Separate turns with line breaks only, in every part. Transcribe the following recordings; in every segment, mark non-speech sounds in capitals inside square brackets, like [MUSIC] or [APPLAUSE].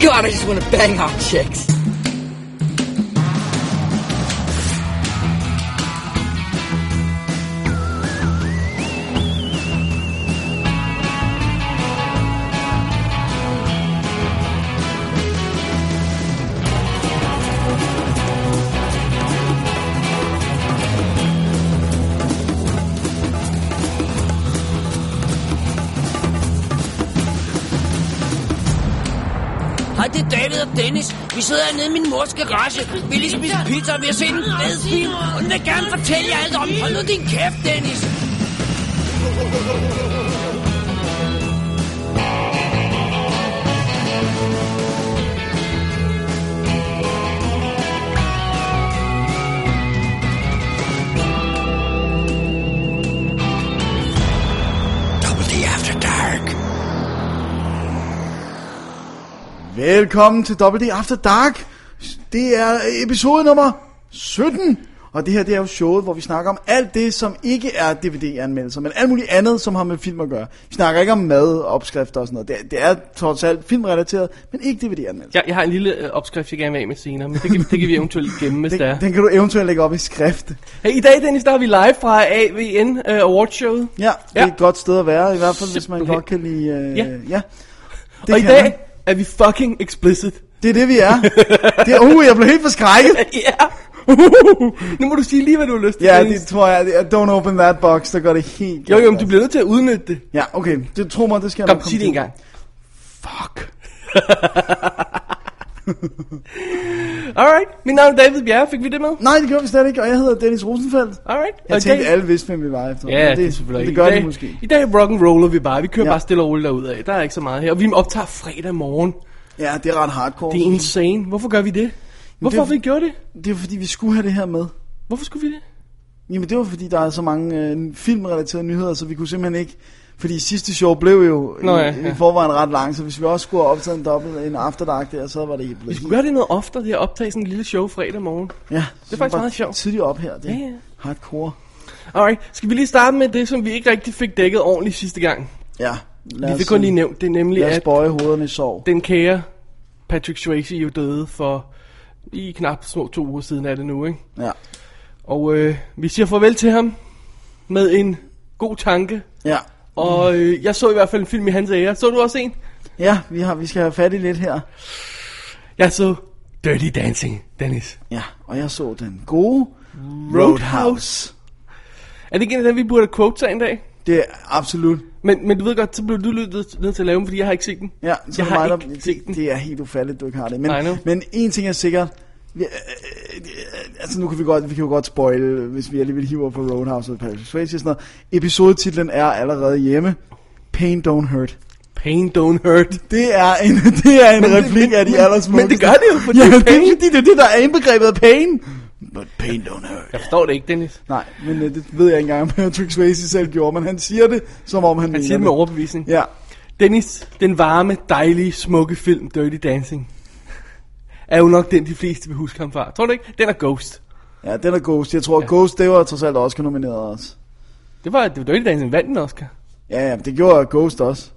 God, I just want to bang hot chicks.
Hej, det er David og Dennis. Vi sidder hernede i min mors garage. Vi har lige spist pizza, og vi har set en fed film. Og den vil gerne fortælle jer alt om. Hold nu din kæft, Dennis. Double D After Dark.
Velkommen til WD After Dark. Det er episode nummer 17. Og det her det er jo showet, hvor vi snakker om alt det, som ikke er DVD-anmeldelser, men alt muligt andet, som har med film at gøre. Vi snakker ikke om mad, opskrifter og sådan noget. Det, er- det er trods alt filmrelateret, men ikke DVD-anmeldelser.
Jeg, jeg har en lille øh, opskrift, jeg gerne vil af med senere, men det kan, det kan vi eventuelt gemme, hvis det er.
Den, den kan du eventuelt lægge op i skrift.
Hey, I dag, Dennis, der er vi live fra AVN øh, Awardshowet.
Ja, det er
Ja.
et godt sted at være, i hvert fald hvis man
Simpelthen.
godt kan lide... Øh,
Ja.
ja. Det
Og i
kan
dag
man.
er vi fucking explicit.
Det er det, vi er. Det er, uh, jeg blev helt forskrækket.
Ja. [LAUGHS] nu må du sige lige, hvad du har lyst til.
Ja,
Dennis.
det tror jeg. det er- Don't open that box, der går det helt
Jo, jo, men
galt.
du bliver nødt til at udnytte det.
Ja, okay. Det tror mig, det skal jeg
Kom,
nok
sig det
til.
en gang.
Fuck.
[LAUGHS] Alright, mit navn er David Bjerre. Fik vi det med?
Nej, det gjorde vi slet ikke, og jeg hedder Dennis Rosenfeldt.
Alright.
Jeg
og i
tænkte,
dag-
alle vidste, hvem vi var efter.
Ja,
Men
det, det er selvfølgelig
Det
ikke.
gør
I
de
dag,
måske.
I dag rock and roller vi bare. Vi kører
Ja.
ja. bare stille og roligt derudad. Der er ikke så meget her. Og vi optager fredag morgen.
Ja, det er ret hardcore.
Det er insane. Hvorfor gør vi det? Hvorfor
det-
har vi gjort det?
Det er fordi, vi skulle have det her med.
Hvorfor skulle vi det?
Jamen, det var fordi, der er så mange øh, filmrelaterede nyheder, så vi kunne simpelthen ikke... Fordi sidste show blev jo
Nå,
i,
ja, ja.
i forvejen ret lang, så hvis vi også skulle have optaget en dobbelt en afterdark der, så var det helt
Vi
blevet.
skulle gøre det noget oftere, det at optage sådan en lille show fredag morgen.
Ja,
Det er faktisk meget sjovt.
Tidligt op her, det
Ja, ja.
hardcore.
Alright, skal vi lige starte med det, som vi ikke rigtig fik dækket ordentligt sidste gang.
Ja, øh,
Vi fik kun lige nævnt det, nemlig
Lad os
at
bøje hovederne i sorg.
den kære Patrick Swayze jo døde for i knap små to uger siden er det nu, ikke?
Ja.
Og øh, vi siger farvel til ham med en god tanke.
Ja.
Og øh, jeg så i hvert fald en film i hans ære. Så du også en?
Ja, vi, har, vi skal have fat i lidt her.
Jeg så Dirty Dancing, Dennis.
Ja, og jeg så den gode
Roadhouse. Er det ikke en af dem, vi burde quote sig en dag?
Det er absolut.
Men, men du ved godt, så blev du nødt nødt til at lave dem, fordi jeg har ikke set den.
Ja, så er
jeg
det
har
mig,
ikke
der,
set den.
det, det er helt ufatteligt, du ikke har det. Men,
I know.
men en ting er sikkert. Vi, øh, øh, altså nu kan vi godt, vi kan jo godt spoil, hvis vi alligevel hiver på Roadhouse og Patrick Swayze og sådan noget. Episodetitlen er allerede hjemme. Pain don't hurt.
Pain don't hurt.
Det er en, [LAUGHS] det er en
det-
replik af de
men-
allersmukkeste.
men det gør det jo, fordi
ja,
det er
det er
pain.
fordi, det er det, der er indbegrebet af pain. But pain don't hurt.
Jeg forstår det ikke, Dennis.
Nej, men øh, det ved jeg ikke engang, om [LAUGHS] Patrick Swayze selv gjorde, men han siger det, som om han,
Han siger det med overbevisning.
Ja,
Dennis, den varme, dejlige, smukke film Dirty Dancing, er jo nok den, de fleste vil huske ham fra. Tror du ikke? Den er Ghost.
ja den er Ghost. Jeg tror, ja. Ghost, det var trods alt også nomineret også.
Det var, det var Dirty Dancing, vandt den Oscar.
Ja, ja, det gjorde Ghost også.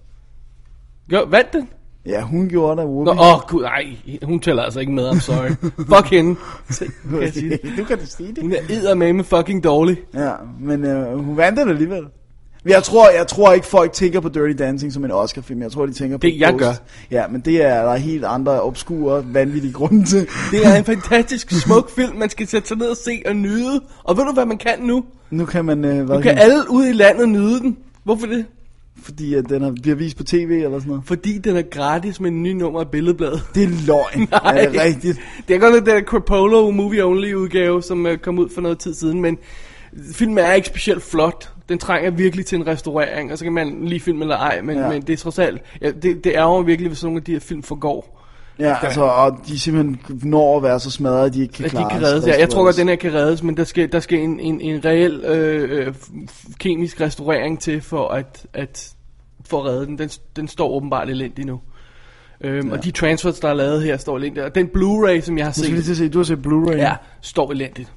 Jo, vandt den?
Ja, hun gjorde det,
Nå,
Whoopi. [LAUGHS]
åh oh, gud, nej, hun tæller altså ikke med, I'm sorry. Fuck hende. Se, Kan
[LAUGHS]
jeg sige det?
du kan da sige det.
Hun er eddermame fucking dårlig.
Ja, men øh, hun vandt det alligevel. Men jeg tror, jeg tror ikke, folk tænker på Dirty Dancing som en Oscar-film. Jeg tror, de tænker på
Det, jeg
Ghost.
gør.
Ja, men det er der er helt andre obskure, vanvittige grunde til.
Det er en fantastisk smuk film, man skal sætte sig ned og se og nyde. Og ved du, hvad man kan nu?
[LAUGHS] Nu kan man... Øh, hvad
Nu kan alle ude i landet nyde den. Hvorfor det?
Fordi at den er, bliver vist på tv eller sådan noget.
Fordi den er gratis med en ny nummer af
[LAUGHS]
Billedbladet.
Det er løgn.
[LAUGHS] Nej.
Er det rigtigt?
Det er godt nok den Crapolo Movie Only udgave, som øh, kom ud for noget tid siden, men filmen er ikke specielt flot. Den trænger virkelig til en restaurering, og så kan man lige filmen eller ej, men,
Ja.
ja. men det er trods alt, ja, det, det ærger mig virkelig, hvis nogle af de her film forgår.
Ja, altså, og de simpelthen når at være så smadret, at de ikke kan
At de
klare
ikke kan reddes. Ja, jeg tror godt, den her kan reddes, men der skal, der skal en, en, en reel øh, øh, f- kemisk restaurering til for at, at, for at redde den. den. Den står åbenbart elendigt nu. Øhm, ja. Og de transfers, der er lavet her, står elendigt. Og den Blu-ray, som jeg har
Jeg skal
set,
lige til at se, du har set Blu-ray.
ja, står elendigt.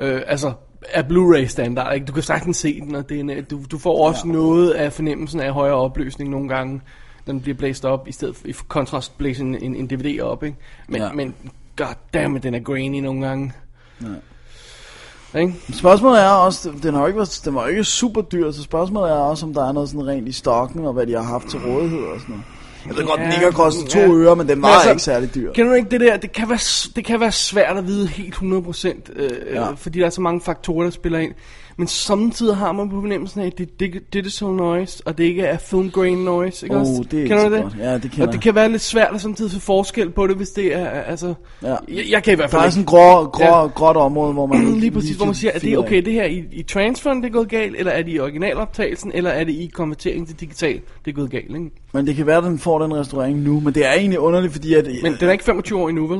Øh, altså, er Blu-ray standard, ikke? Du kan sagtens se den, og det er en, øh, du, du får også ja. noget af fornemmelsen af højere opløsning nogle gange. den bliver blæst op, i stedet for, i kontrast blæse en, en, en DVD op, ikke? Men,
Ja.
ja. men goddammit, den er grainy nogle gange. Nej. Ikke?
Spørgsmålet er også, den har jo ikke været, den var jo ikke super dyr, så spørgsmålet er også, om der er noget sådan rent i stokken, og hvad de har haft til rådighed og sådan noget. Jeg ved godt, den
Ja,
ikke har kostet to
ja.
øre, men den var
Men altså,
ikke særlig dyr.
Kender du ikke det der? Det kan være, s- det kan være svært at vide helt 100%, øh,
Ja.
ja. fordi der er så mange faktorer, der spiller ind. Men samtidig har man på fornemmelsen af, at det er dig- digital noise, og det ikke er film grain noise. Ikke
Oh,
også?
det er ikke
kender
så
du det?
godt. Ja, det kender
Og
jeg.
det kan være lidt svært at samtidig se forskel på det, hvis det er... Altså,
Ja.
jeg, jeg kan i
Der
hvert fald
er
ikke
sådan et grå, grå,
Ja.
gråt område, hvor man ikke
[CLEARS THROAT] lige præcis, hvor man siger, er det
finder
okay,
af.
det her i, i transferen, det er gået galt, eller er det i originaloptagelsen, eller er det i konverteringen til digital, det er gået galt, ikke?
Men det kan være, at den får den restaurering nu, men det er egentlig underligt, fordi at...
Men den er ikke 25 år endnu, vel?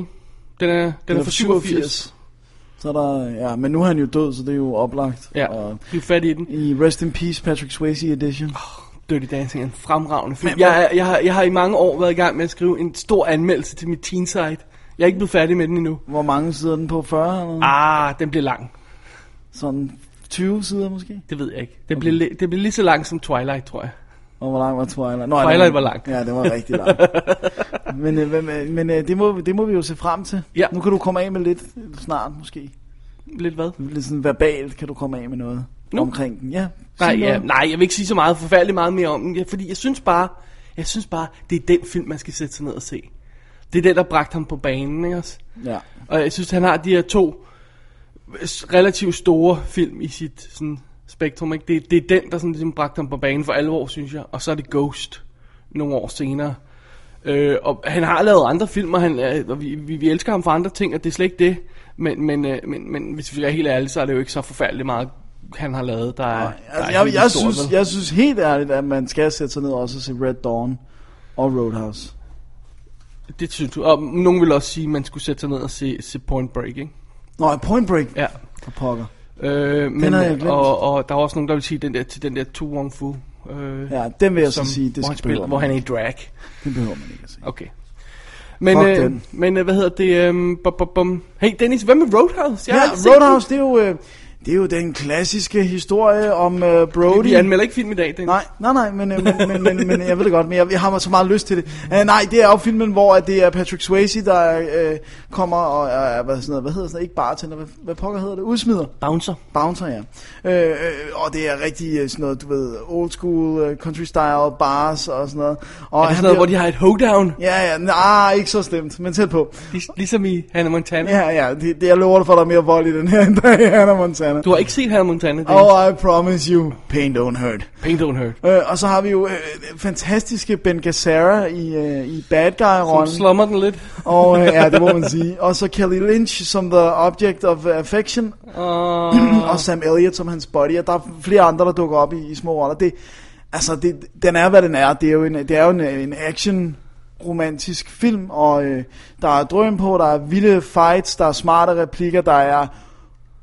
Den er, den, er fra 87.
Så er der, ja, men nu er han jo død, så det er jo oplagt.
Ja,
Og
du er fat i den.
I Rest in Peace Patrick Swayze Edition.
Dirty Dancing er en fremragende film. Jeg, er- jeg, har, jeg har i mange år været i gang med at skrive en stor anmeldelse til mit teen site. Jeg er ikke blevet færdig med den endnu.
Hvor mange sider er den på? 40 eller ah.
Ah, den blev lang.
sådan 20 sider måske?
Det ved jeg ikke. Den, blev, li- den blev lige så lang som Twilight, tror jeg.
Og hvor lang var Twilight? Nå,
Twilight
den-
var lang.
Ja, det var rigtig
[LAUGHS]
lang. men øh, hvem, øh, men øh, det, må, det må vi jo se frem til.
Ja.
Nu kan du komme af med lidt snart måske.
Lidt hvad?
Lidt sådan verbalt kan du komme af med noget
Nu?
omkring den. Ja, sig
Nej, ja,
noget.
nej, jeg vil ikke sige så meget forfærdeligt meget mere om den, ja, fordi jeg synes bare, jeg synes bare, det er den film, man skal sætte sig ned og se. Det er den, der bragte ham på banen, ikke også?
Ja.
Og jeg synes, han har de her to relativt store film i sit sådan, spektrum. Ikke? Det, det er den, der sådan, ligesom bragte ham på banen for alvor, synes jeg. Og så er det Ghost nogle år senere. Øh, og han har lavet andre film, og, han, er- og vi, vi, vi elsker ham for andre ting, og det er slet ikke det. Men, men, øh, men, men hvis vi skal være helt ærlige, så er det jo ikke så forfærdeligt meget, han har lavet. Der, er- der
Altså,
er
jeg,
helt
jeg,
stort,
synes,
vel?
jeg synes helt ærligt, at man skal sætte sig ned og også se Red Dawn og Roadhouse.
Det synes du. Og nogen vil også sige, at man skulle sætte sig ned og se, se Point Break, ikke?
Nå, Point Break
Ja.
for pokker.
Øh, men,
har jeg glemt.
og, og der er også nogen, der vil sige den der, til den der Tu Wong Fu. Øh,
Ja, den vil jeg
som,
så sige, det
hvor, han
skal
spiller,
spille,
hvor han er i drag.
Det behøver man ikke at se.
Okay. Men,
Fuck
øh,
den.
men øh, hvad hedder det? Øh, bum, bum, bum. Hey Dennis, hvad med Roadhouse? Jeg har
Ja,
aldrig set
Roadhouse, det er jo... Øh, det er jo den klassiske historie om øh,
den.
Brody.
Vi anmelder ikke film i dag, Dennis.
Nej, nej, nej, men, øh, men, men, men, men jeg ved det godt, men jeg, jeg har så meget lyst til det. Uh, nej, det er jo filmen, hvor at det er Patrick Swayze, der øh, kommer og er, hvad, sådan noget, hvad hedder sådan noget, ikke bartender, hvad, hvad pokker hedder det, udsmider.
Bouncer.
Bouncer, ja. Øh, øh, og det er rigtig øh, sådan noget, du ved, old school, øh, country style bars og sådan noget. Og
Og er det sådan noget, hvor de har et hoedown?
Ja, ja, nej, ikke så slemt, men tæt på.
Lig- Ligesom i Hannah Montana.
Ja, ja, det, det, jeg lover dig for, at der er mere vold i den her, end der er i Hannah Montana.
Du har ikke set Hannah Montana, Dennis. Oh.
Oh, I promise you, pain don't hurt.
Pain don't hurt.
Øh, og så har vi jo øh, fantastiske Ben Gazzara i, øh, i Bad
Som
Guy-rollen.
slummer den
[CLEARS THROAT]
lidt.
Og øh, ja, det må man sige. Og så Kelly Lynch som The Object of Affection.
Og...
og Sam Elliott som hans body, og der er flere andre, der dukker op i, i små roller. Det, altså, det, den er, hvad den er. Det er jo en, det er jo en, en action romantisk film, og øh, der er drøm på, der er vilde fights, der er smarte replikker, der er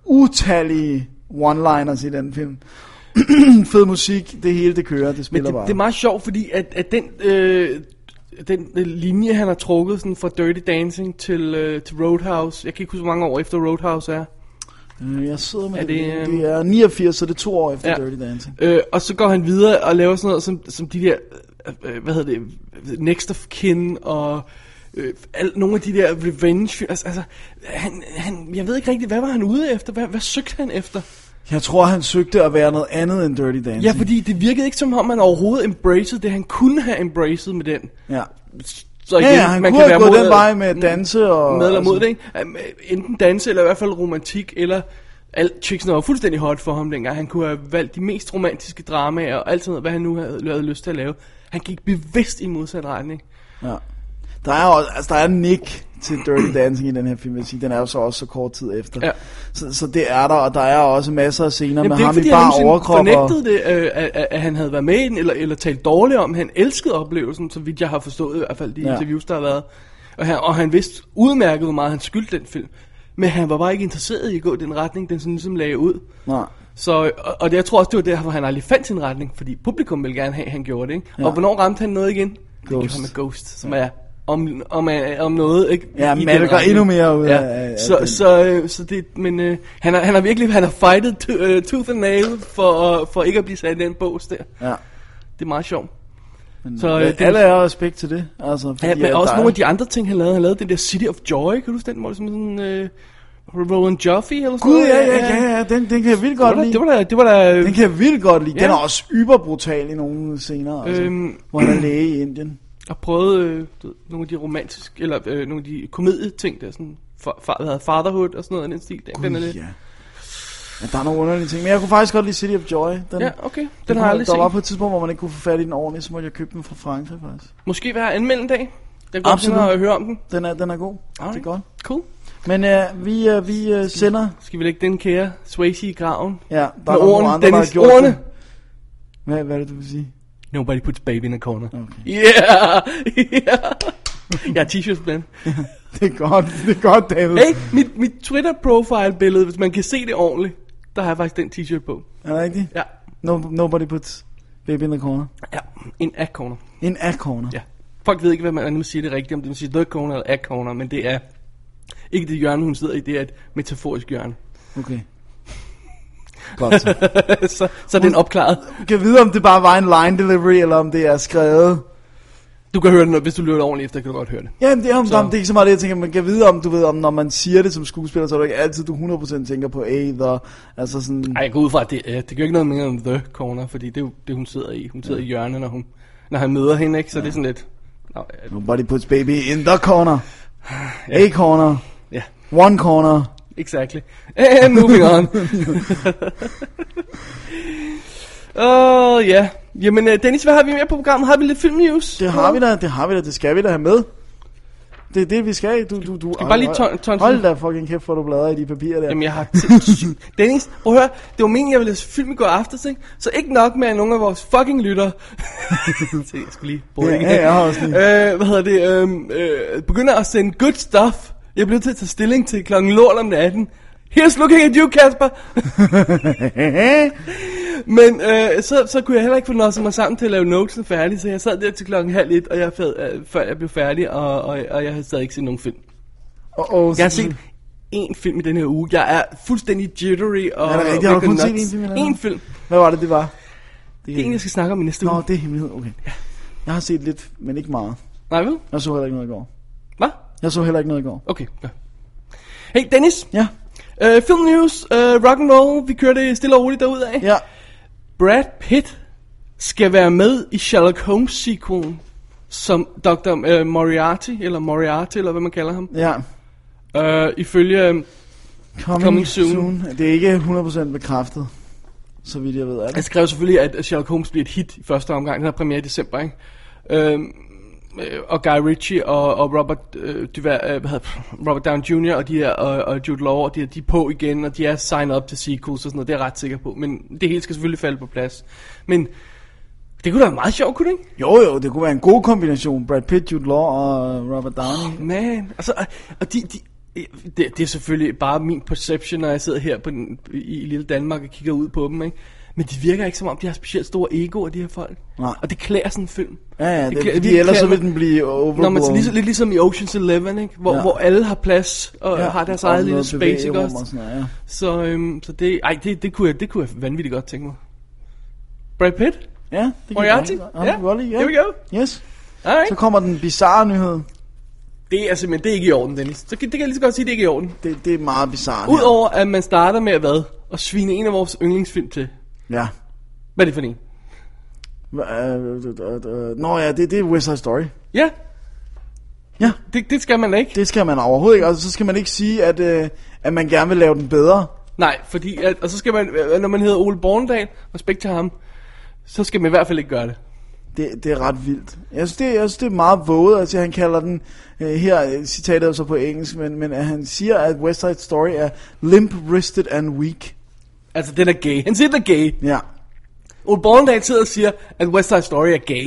utallige one-liners i den film. [CLEARS THROAT] Fed musik, det hele det kører, det
Men
spiller
det,
bare.
det er meget sjovt, fordi at, at den, øh, den øh, linje, han har trukket sådan fra Dirty Dancing til, øh, til Roadhouse, jeg kan ikke huske, hvor mange år efter Roadhouse er,
Øh, Jeg sidder med
Er
det.
det,
Det,
øh,
det er 89, så det er to år efter
Ja.
Dirty Dancing.
øh, og så går han videre og laver sådan noget som, som de der, øh, øh, hvad hedder det, Next of Kin og øh, al, nogle af de der revenge, altså, altså han, han, jeg ved ikke rigtigt, hvad var han ude efter, hvad, hvad søgte han efter?
Jeg tror, han søgte at være noget andet end Dirty Dancing.
Ja, fordi det virkede ikke som om, han overhovedet embraced det, han kunne have embraced med den.
ja.
Så
Ja, ja, han kunne have gået den vej med danse og-
Med eller Mm. mod
altså-
det, ikke? Øhm, Enten danse, eller i hvert fald romantik, eller... Alt chicksene var fuldstændig hot for ham dengang. Han kunne have valgt de mest romantiske dramaer, og alt sådan noget, hvad han nu havde, havde lyst til at lave. Han gik bevidst i modsat retning.
Ja. Der er, også, altså, der er Nick til Dirty Dancing i den her film, vil jeg sige. Den er jo så også så kort tid efter.
Ja.
Så, så det er der, og der er også masser af scener
Jamen,
med
det er
ham
ikke, fordi
i
han
bare
nogensinde
overkrop. og-
fornægtede det, øh, at, at, at han havde været med i den, eller, eller talt dårligt om. Han elskede oplevelsen, så vidt jeg har forstået, i hvert fald de
Ja.
ja. interviews, der har været. Og han, og han vidste udmærket, hvor meget han skyldte den film. Men han var bare ikke interesseret i at gå i den retning, den sådan ligesom lagde ud.
Nej.
Så, og, og det, jeg tror også, det var derfor, han aldrig fandt sin retning, fordi publikum ville gerne have, at han gjorde det. Ikke? Ja. Og hvornår ramte han noget igen? Det gjorde
Ghost.
han med Ghost, som er om, om, om noget. Ikke?
Ja,
I den
malker
retning.
endnu mere ud
ja.
af- af- af
så,
den.
så, så, så det, men øh, han, har, han har virkelig han har fightet to, øh, tooth and nail for, for ikke at blive sat i den bås der.
Ja.
Det er meget sjovt.
Men,
Så,
så,
øh,
øh,
det er-
alle er respekt til det. Altså, fordi,
Ja, men
at
også
der
nogle
er-
af de andre ting, han lavede. Han lavede den der City of Joy, kan du huske den? Hvor det som sådan, øh, Roland Joffe eller sådan
Gud,
noget?
ja, ja, ja, ja. Den, den kan jeg vildt godt lide.
Det var da, det var da, det var da
Den kan jeg vildt godt lide. Den
Ja.
er også yberbrutal i nogle scener, altså,
Øhm.
øhm. hvor han er læge i Indien.
og prøvede øh, du ved, nogle af de romantiske, eller øh, nogle af de komedieting, der sådan, far, far, hvad hedder det, Fatherhood og sådan noget af den stil. Den, den er lidt,
Ja. ja, der er nogle underlige ting. Men jeg kunne faktisk godt lide City of Joy. Den,
ja, okay. Den, den har jeg aldrig
Der var
set.
på et tidspunkt, hvor man ikke kunne få fat i den ordentligt, så måtte jeg købe den fra Frankrig faktisk.
Måske vil jeg anmelde en dag. Jeg går
Absolut.
Absolut. at høre om den.
Den er, den er god. Det
Alright.
er godt.
Cool.
Men øh, vi, øh, vi øh, sender...
Skal vi lægge den kære Swayze i graven?
Ja, der er
Med
nok nogle
ordene,
andre, der har
Dennis,
gjort
ordene.
det. Hvad, hvad er det, du vil sige?
Nobody puts baby in a corner.
Okay. [LAUGHS]
Yeah! [LAUGHS] yeah. jeg har t-shirts blandt.
Det er godt, det er godt, David.
Hey, mit, mit Twitter-profile-billede, hvis man kan se det ordentligt, der har jeg faktisk den t-shirt på.
Er det rigtigt?
Ja.
No, nobody puts baby in the corner.
Ja, en af corner.
In a corner.
Ja. Folk ved ikke, hvad man nu siger det rigtigt, om det siger the corner eller a corner, men det er ikke det hjørne, hun sidder i, det er et metaforisk hjørne. [LAUGHS]
Okay. Godt så. [LAUGHS]
så, så er den opklaret.
Kan vide, om det bare var en line delivery, eller om det er skrevet.
Du kan høre den, og hvis du lytter ordentligt efter, kan du godt høre det.
Ja, det er, om,
Så-
om, det er ikke så meget det, jeg tænker, man kan vide om, du ved, om når man siger det som skuespiller, så er det ikke altid, du 100% tænker på A, the, altså sådan,
Ej, jeg går ud fra, at det, øh, det gør ikke noget mere om the corner, fordi det er jo det, hun sidder i. Hun sidder i hjørnet, når, hun, når han møder hende, ikke? Så det er sådan lidt... Nå, øh,
nobody puts baby in the
[SIGHS]
corner, A corner,
ja,
one corner.
exactly. [LAUGHS] And moving on. [LAUGHS] Åh, uh, ja. Jamen, øh, Dennis, hvad har vi mere på programmet? Har vi lidt filmnews?
Det har vi da, det har vi da, det skal vi da have med. Det er det, vi skal. Du, du, du,
vi bare lige ton-
hold,
tonse-
hold da fucking kæft, hvor du bladrer i de papirer der.
Jamen, jeg har sindssygt... Dennis, prøv at høre, det var meningen, jeg ville læse film i går aftes, ikke? Så ikke nok med, at nogle af vores fucking lytter... [LAUGHS] Se, jeg skulle lige bruge
Ja, ja, jeg har også
[LAUGHS] lige. Øh, hvad hedder det? øhm, øh, begynder at sende good stuff. Jeg bliver til at tage stilling til klokken lort om natten. Here's looking at you, Kasper. [LAUGHS] Men øh, så, så kunne jeg heller ikke få noget mig sammen til at lave notesen færdig, så jeg sad der til klokken halv et, og jeg fed, øh, før jeg blev færdig, og, og, og jeg havde stadig ikke set nogen film.
og, og,
Jeg har set én film i den her uge. Jeg er fuldstændig jittery og
Er det rigtigt? Har du kun
virkelig
set
nuts.
én film, eller hvad?
Én film.
Hvad var det, det var?
Det er en, jeg skal snakke om i næste
Nå,
uge.
det er hemmelighed, okay. Jeg har set lidt, men ikke meget.
Nej, vel?
Jeg så heller ikke noget i går.
Hvad?
Jeg så heller ikke noget i går.
Okay. ja. Hey, Dennis.
Ja,
Uh, film news. Uh, rock and roll. Vi kører det stille og roligt derudad.
ja.
Brad Pitt skal være med i Sherlock Holmes-sequelen som Dr. Uh, Moriarty, eller Moriarty, eller hvad man kalder ham.
Ja.
Uh, ifølge... Um,
Coming,
Coming soon.
Det er ikke 100% bekræftet, så vidt jeg ved. Er
Jeg
det?
skrev selvfølgelig, at Sherlock Holmes bliver et hit i første omgang. Den har premiere i december, ikke? Øhm, øh, og Guy Ritchie og, og Robert, øh, Duval, øh, hvad hedder, [LAUGHS] Robert Down Jr. og, de her, og, og Jude Law, og de, her, de er på igen, og de er signet op til sequels og sådan noget. Det er jeg ret sikker på. Men det hele skal selvfølgelig falde på plads. Men det kunne da være meget sjovt, kunne det ikke?
Jo, jo, det kunne være en god kombination. Brad Pitt, Jude Law og Robert Downey.
Man, altså, og- og de, de, det, det er selvfølgelig bare min perception, når jeg sidder her på den, i lille Danmark og kigger ud på dem, ikke? Men de virker ikke som om, de har specielt store egoer, de her folk.
Nej.
Og det klæder sådan en film.
Ja, ja, det,
klæder-
det, fordi ellers så
klæder-
vil den blive
Nå, men så
overblown.
lige, lidt ligesom i Ocean's Eleven, ikke? Hvor,
Ja.
ja. hvor alle har plads og ja,
Ja,
har deres
og
eget lille
noget
space, ikke
bevægerum og
også?
sådan noget, ja.
Så, øhm, så det, ej, det, det, kunne jeg, det kunne jeg vanvittigt godt tænke mig. Brad Pitt?
Ja, det
Moriarty?
Ja,
Ja,
det kan godt lide, ja.
here we go.
Yes.
Alright.
Så kommer den bizarre nyhed.
Det er simpelthen det er ikke i orden, Dennis. Så kan, det kan jeg lige så godt sige, det er ikke i orden.
Det, det er meget bizarre.
Udover at man starter med at hvad? At svine en af vores yndlingsfilm til.
Ja.
Hvad er det for en?
Hva- øh, øh, øh, øh, Nå ja, det, det er West Side Story.
Ja,
Ja,
det, det skal man da ikke.
det skal man overhovedet ikke. Og så skal man ikke sige, at, øh, at man gerne vil lave den bedre.
Nej, fordi, at, og så skal man, øh, når man hedder Ole Borndal, respekt til ham, så skal man i hvert fald ikke gøre det.
Det, det er ret vildt. Jeg synes, det, jeg synes, det er meget våget. Altså, han kalder den, øh, her øh, citatet er så på engelsk, men, men at han siger, at West Side Story er limp-wristed and weak.
Altså, den er gay. Han siger, den er gay.
Ja.
Ole Borndal sidder og siger, at West Side Story er gay.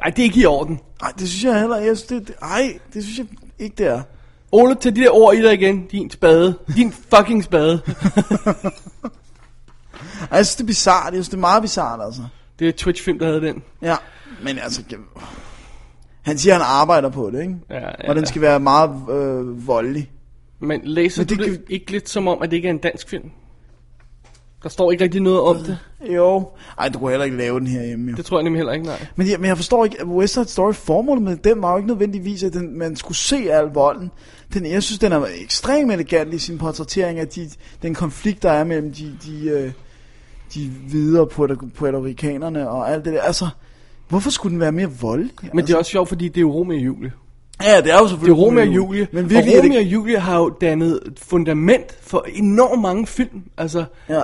Nej, det er ikke i orden.
Ej, det synes jeg heller jeg synes, det, det, ej, det synes jeg ikke, det er.
Ole, tag de der ord i dig igen. Din spade. Din
[LAUGHS]
fucking spade.
Ej, jeg synes, det er bizart. Jeg synes, det er meget bizart, altså.
Det er Twitch-film, der havde den.
Ja, men altså... jeg- Han siger, han arbejder på det, ikke?
Ja, ja,
Og den skal være meget øh, voldelig.
Men læser
Men
Men
det
det du det
kan-
ikke lidt som om, at det ikke er en dansk film? Der står ikke rigtig noget om det.
Jo. Ej, du kunne heller ikke lave den her hjemme.
Det tror jeg nemlig heller ikke, nej.
Men jeg, men jeg forstår ikke, at West Side Story formålet med den var jo ikke nødvendigvis, at den, man skulle se al volden. Den, jeg synes, den er ekstremt elegant i sin portrættering af de, den konflikt, der er mellem de, de, øh, de hvide og puerto- puertorikanerne og alt det der. Altså, hvorfor skulle den være mere voldelig?
Men det
altså,
er også sjovt, fordi det er jo Romeo og Julie.
ja, det er jo
Det er
selvfølgelig
Romeo og Julie.
Men virkelig
og
er det-
Romeo og Julie har jo dannet et fundament for enormt mange film. Altså,
Ja.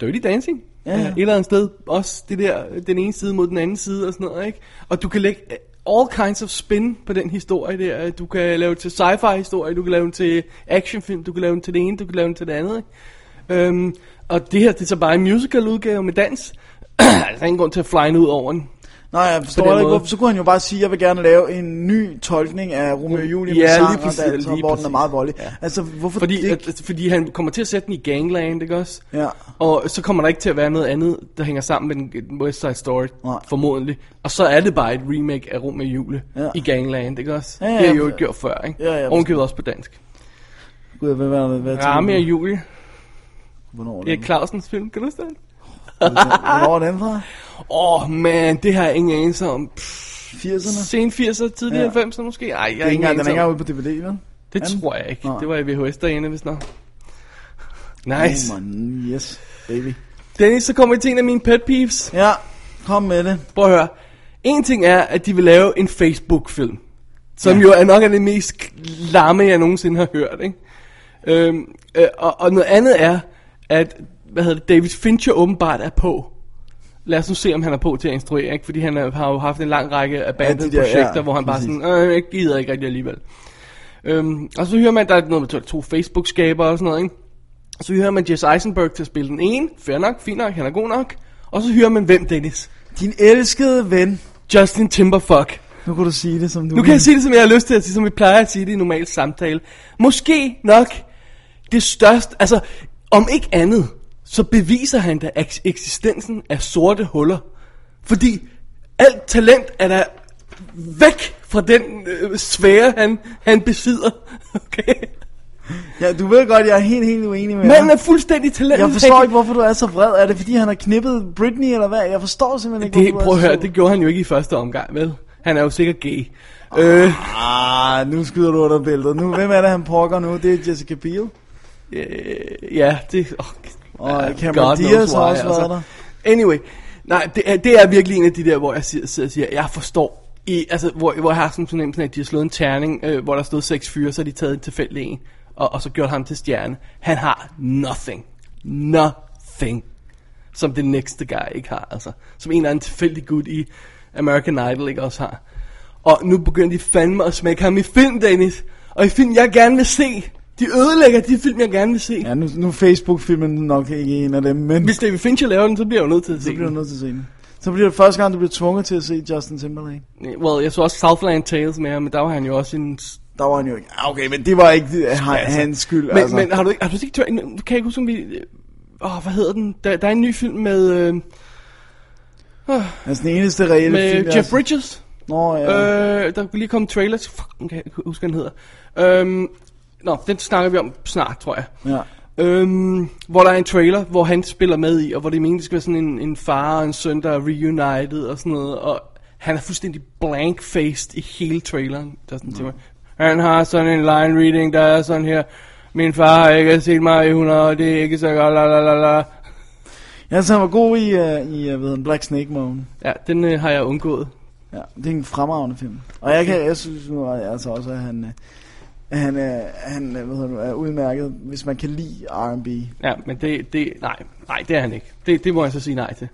Dirty Dancing.
Ja, ja.
Et eller andet sted. Også det der, den ene side mod den anden side og sådan noget, ikke? Og du kan lægge øh, all kinds of spin på den historie der. Øh, Du kan lave den til sci-fi historie, du kan lave den til actionfilm, du kan lave den til det ene, du kan lave den til det andet, ikke? Øhm, og det her, det er så bare en musical udgave med dans. [CLEARS THROAT] Altså, der er ingen grund til at flyne ud over den.
Nej, jeg forstår
den
ikke,
måde.
hvorfor, så kunne han jo bare sige, at jeg vil gerne lave en ny tolkning af Romeo og Julie med
Ja,
sang
lige præcis,
og dans, og
lige
hvor den er
præcis.
meget voldelig.
Ja.
Altså, hvorfor
Fordi,
det ikke...
at, fordi han kommer til at sætte den i Gangland, ikke også?
Ja.
Og så kommer der ikke til at være noget andet, der hænger sammen med den- den West Side Story,
Nej.
formodentlig. Og så er det bare et remake af Rom med Jule
Ja.
ja. i Gangland, ikke også?
Ja, ja,
det er jo
ja.
ikke gjort før, ikke?
Ja, ja,
Ovenkøbet også på dansk.
Gud, hvad, hvad, hvad, hvad
Rami og Julie,
Hvornår er
Erik
den?
Clausens film, kan du huske den?
Hvornår er den fra?
Åh, oh, man, det har jeg ingen anelse om. Pff,
80'erne?
Sen 80'er, tidlige
Ja.
ja. 90'er måske? Ej, jeg
Det er
har
ikke
ingen
engang, den er
anelse
ikke
om.
engang ude på DVD, vel?
Det
anden?
tror jeg ikke.
Nå.
Det var i VHS derinde, hvis nok. Nice.
Oh, man. Yes, baby.
Dennis, så kommer vi til en af mine pet peeves.
Ja, kom med det.
Prøv at høre. En ting er, at de vil lave en Facebook-film. Som ja. jo er nok af det mest lamme, jeg nogensinde har hørt. Ikke? Øhm, øh, og, og noget andet er, at hvad hedder det, David Fincher åbenbart er på. Lad os nu se, om han er på til at instruere. Ikke? Fordi han er, har jo haft en lang række abandoned
der- ja,
projekter, ja, hvor han bare
præcis.
sådan, øh, jeg gider ikke rigtig alligevel. Øhm, og så hører man, at der er noget med to, to Facebook-skaber og sådan noget. Ikke? Så hører man Jess Eisenberg til at spille den ene. Fair nok, fint nok, han er god nok. Og så hører man, hvem Dennis?
Din elskede ven.
Justin Timberfuck.
Nu kunne du sige det, som du
Nu kan jeg sige det, som jeg har lyst til at sige, som vi plejer at sige det i normal samtale. Måske nok det største, altså om ikke andet, så beviser han da eks- eksistensen af sorte huller. Fordi alt talent er der væk fra den øh, sfære, han, han besidder. [LAUGHS] Okay?
Ja, du ved godt, jeg er helt, helt uenig med
Manden
dig.
er fuldstændig talent.
Jeg forstår ikke, hvorfor du er så vred. Er det, fordi han har knippet Britney, eller hvad? Jeg forstår simpelthen ikke,
Det,
hvorfor
prøv at
du er
høre,
så...
det gjorde han jo ikke i første omgang, vel? Han er jo sikkert gay. Øh,
Ah, nu skyder du under bæltet. Nu, hvem er det, han pokker nu? Det er Jessica Biel.
øh, ja, det... Oh,
Og
Ja,
Cameron
God
Diaz
knows
har
why, altså.
også været der.
Anyway, nej, det er, det er virkelig en af de der, hvor jeg siger, sidder og siger, jeg forstår, i, altså, hvor, hvor jeg har sådan en fornemmelse af, at de har slået en terning, øh, hvor der stod seks fyre, så har de taget en tilfældig en, og, og så gjort ham til stjerne. Han har nothing. Nothing. Som den næste guy ikke har, altså. Som en eller anden tilfældig gut i American Idol ikke også har. Og nu begynder de fandme at smække ham i film, Dennis. Og i film, jeg gerne vil se. De ødelægger de film, jeg gerne vil se.
Ja, nu, nu er Facebook-filmen nok ikke en af dem, men...
Hvis David Fincher laver den, så bliver jeg jo nødt til at se
Så bliver
den.
du nødt til at se den. Så bliver det første gang, du bliver tvunget til at se Justin Timberlake.
Well, jeg så også Southland Tales med ham, men der var han jo også en...
Der var han jo ikke. Ah, Okay, men det var ikke øh, han, hans skyld.
Men, altså. men har du ikke... Har du ikke tør, nu kan jeg ikke huske, om vi... Åh, oh, hvad hedder den? Der, der er en ny film med... Øh,
altså, den eneste reelle
med
film, jeg
Jeff Bridges.
Nå, ja. Øh,
Ja. Øh, der kunne lige komme trailers. Fuck, nu kan jeg ikke huske, hvad den hedder. Øhm, nå, den snakker vi om snart, tror jeg.
ja.
Øhm, hvor der er en trailer, hvor han spiller med i, og hvor det er meningen, det skal være sådan en, en far og en søn, der er reunited og sådan noget, og han er fuldstændig blank-faced i hele traileren. Der er sådan mm. Han har sådan en line reading, der er sådan her, min far har ikke set mig i 100, og det er ikke så godt, la la la la.
ja, så han var god i, uh, i uh, hvad hedder den, Black Snake Moan.
Ja, den øh, har jeg undgået.
Ja, det er en fremragende film. Og jeg, kan, jeg synes nu at jeg altså også, at han, øh, at han, øh, han øh, hvad hedder det, er udmærket, hvis man kan lide R&B.
Ja, men det, det, nej, nej, det er han ikke. Det, det må jeg så sige nej til.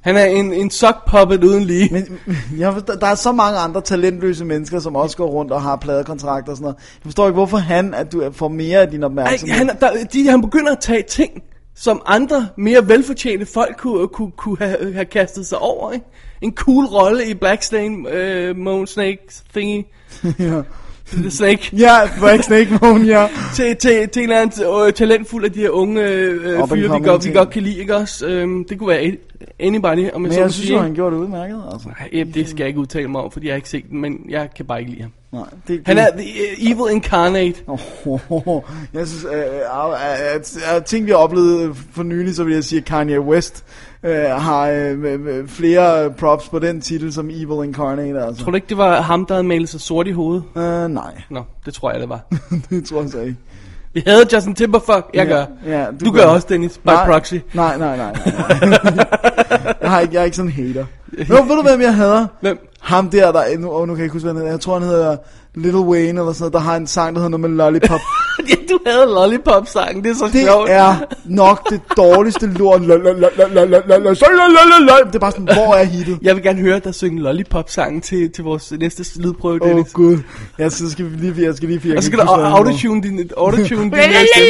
Han er en, en sock puppet uden lige.
Men [LAUGHS] jeg forstår, der er så mange andre talentløse mennesker, som også går rundt og har pladekontrakter og sådan noget. Jeg forstår ikke, hvorfor han, at du får mere af din
Ej,
opmærksomhed.
han, der, de, han begynder at tage ting, som andre mere velfortjente folk kunne, øh, kunne, kunne have, have kastet sig over. Ikke? En cool rolle i Blackstone øh, Moan Snake thingy.
ja.
The Snake.
[LAUGHS] ja, Black Snake Moan,
[LAUGHS]
ja.
til, til, til en eller anden øh, talentfuld af de her unge
Up
øh,
and
fyre, vi
coming
godt, vi
ting.
godt kan lide. Ikke også? Øhm, det kunne være et, anybody, om jeg
Men
så må
jeg synes
sige.
jo, han gjorde det udmærket. Altså.
Ej, ja, det skal jeg ikke udtale mig om, fordi jeg har ikke set den, men jeg kan bare ikke lide ham.
Nej, det,
Han er the øh, evil incarnate.
Oh, jeg synes, øh, øh, øh, øh, ting vi har oplevet for nylig, så vil jeg sige, at Kanye West øh, har øh, øh, flere props på den titel som Evil Incarnate. Altså.
Tror du ikke, det var ham, der havde malet sig sort i hovedet?
Øh, nej, [LAUGHS]
Nå, det tror jeg, det var.
det tror jeg så ikke.
Vi havde Justin Timberfuck. Jeg
Ja,
gør.
ja,
du, gør også, Dennis. By
nej,
proxy.
Nej, nej, nej. nej. jeg, har ikke, jeg er ikke sådan en
[LAUGHS]
hater. Nu ved du, hvem jeg hader?
Hvem? [LAUGHS]
Ham der, der nu, oh, nu kan jeg ikke huske, hvad han hedder. Jeg tror, han hedder Little Wayne eller sådan noget, der har en sang, der hedder noget med Lollipop.
Ja, du havde Lollipop-sangen. Det er så
Det
sjovt.
er nok det dårligste lort. Lo- lo- lo- lo- lo- lo- lo- lo- så- lo- lo- lo- lo. Det er bare sådan, hvor er hittet?
Jeg vil gerne høre dig synge Lollipop-sangen til, til vores næste lydprøve,
Åh oh,
Dennis.
gud. Jeg synes, skal vi lige, jeg skal lige, jeg
Og så skal du au- autotune din, autotune din her stemme.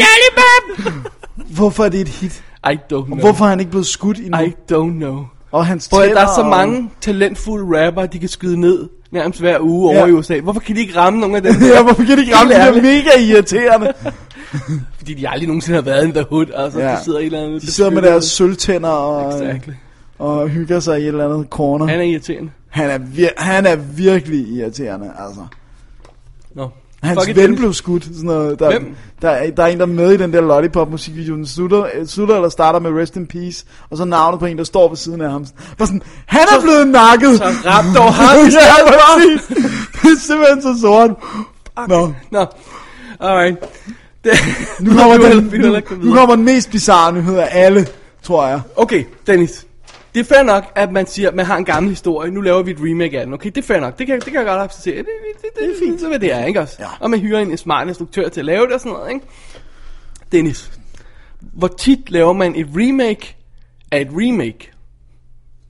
Lollipop!
Hvorfor er det et hit?
I don't know.
Hvorfor er han ikke blevet skudt endnu?
I don't know.
Og hans
Prøv, at-
tænder
der er så
og-
mange talentfulde rapper, de kan skyde ned nærmest hver uge
Ja.
over i USA. Hvorfor kan de ikke ramme nogen af dem?
[LAUGHS] [LAUGHS] ja, hvorfor kan de ikke ramme? Det er
Helt
mega
[LAUGHS]
irriterende.
Fordi de aldrig nogensinde har været i The Hood, altså
Ja.
de sidder i et eller andet...
De sidder med deres sølvtænder og, øh,
Exactly.
og hygger sig i et eller andet corner.
Han er irriterende.
Han er, vir- han er virkelig irriterende, altså.
Nå.
Hans
Fuck it,
ven
Dennis.
blev skudt. Sådan noget. Der,
Hvem?
Der, er, der er en, der er med i den der Lollipop-musikvideo. Den slutter, øh, slutter eller starter med Rest in Peace, og så navnet på en, der står ved siden af ham. Bare sådan, han er blevet nakket!
Så rap dog
[LAUGHS]
ham i
ja,
stedet for!
præcis! Det er simpelthen så sort. Nå,
Nå. Alright. Det,
[LAUGHS] nu kommer,
du
den,
heller- [LAUGHS] vi heller
nu,
ikke komme
nu
videre.
kommer den mest bizarre nyhed af alle, tror jeg.
Okay, Dennis. Det er fair nok, at man siger, at man har en gammel historie. Nu laver vi et remake af den. Okay, det er fair nok. Det kan, det kan jeg godt acceptere. Det, det, det, det, det er fint. Det er, hvad det er, ikke også?
Ja.
Og man hyrer en, en smart instruktør til at lave det og sådan noget, ikke? Dennis. Hvor tit laver man et remake af et remake?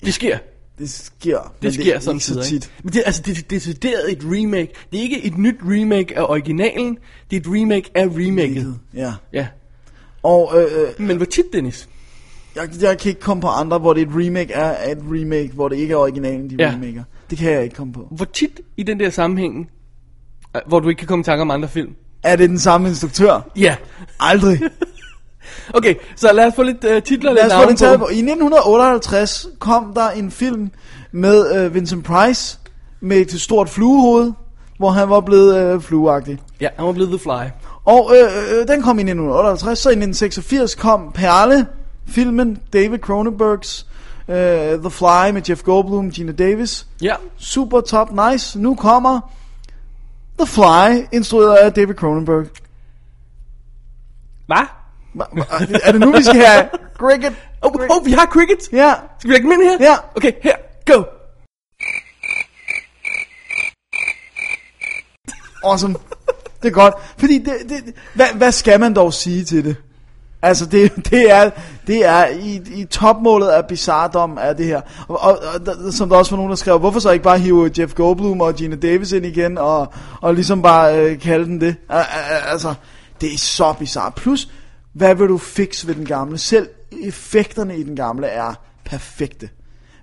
Det sker.
Det sker. men
Det sker
er ikke så
samtidig.
tit.
Ikke? Men det, er- altså, det, det er decideret et remake. Det er ikke et nyt remake af originalen. Det er et remake af remaket.
Ja.
Ja.
Og øh, øh,
Men hvor tit, Dennis?
jeg, jeg kan ikke komme på andre, hvor det er et remake af et remake, hvor det ikke er originalen, de
Ja.
ja. remaker. Det kan jeg ikke komme på.
Hvor tit i den der sammenhæng, øh, hvor du ikke kan komme i tanke om andre film?
Er det den samme instruktør?
Ja. [LAUGHS]
Aldrig.
Okay, så lad os få lidt øh, titler og
Lad
lidt
os få
navne
det taget på.
på.
I 1958 kom der en film med øh, Vincent Price med et stort fluehoved, hvor han var blevet øh, flueagtig.
Ja, han var blevet The Fly.
Og øh, øh, den kom i 1958, så i 1986 kom Perle, filmen David Cronenbergs øh, The Fly med Jeff Goldblum, Gina Davis.
Ja,
Super top nice. Nu kommer The Fly, instrueret af David Cronenberg.
hvad?
Hva- hva- Er det nu, vi skal
[LAUGHS]
have cricket?
Åh, oh, oh, vi har cricket.
Ja.
Skal vi lægge dem ind her?
Ja.
Okay, her. Go.
Awesome. Det er godt. Fordi, det, det, hvad, hvad skal man dog sige til det? Altså, det, det er, det er i, i topmålet af bizardom er det her. Og, og, og der- som der også var nogen, der skrev, hvorfor så ikke bare hive Jeff Goldblum og Gina Davis ind igen, og, og ligesom bare øh, kalde den det? Al- al- al- Altså, det er så bizart. Plus, hvad vil du fikse ved den gamle? Selv effekterne i den gamle er perfekte.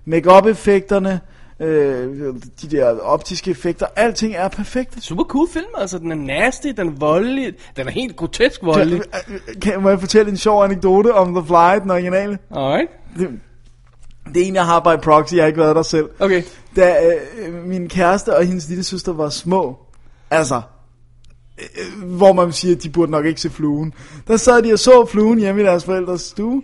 Make-up-effekterne, øh, de der optiske effekter, alting er perfekt.
Super cool film, altså. Den er nasty, den er voldelig. Den er helt grotesk voldelig.
Kan, øh, kan, må jeg fortælle en sjov anekdote om The Fly, den originale?
Alright.
Det, det er en, jeg har by proxy, jeg har ikke været der selv.
Okay.
Da øh, min kæreste og hendes lille søster var små, altså, øh, hvor man siger, at de burde nok ikke se fluen. Der sad de og så fluen hjemme i deres forældres stue,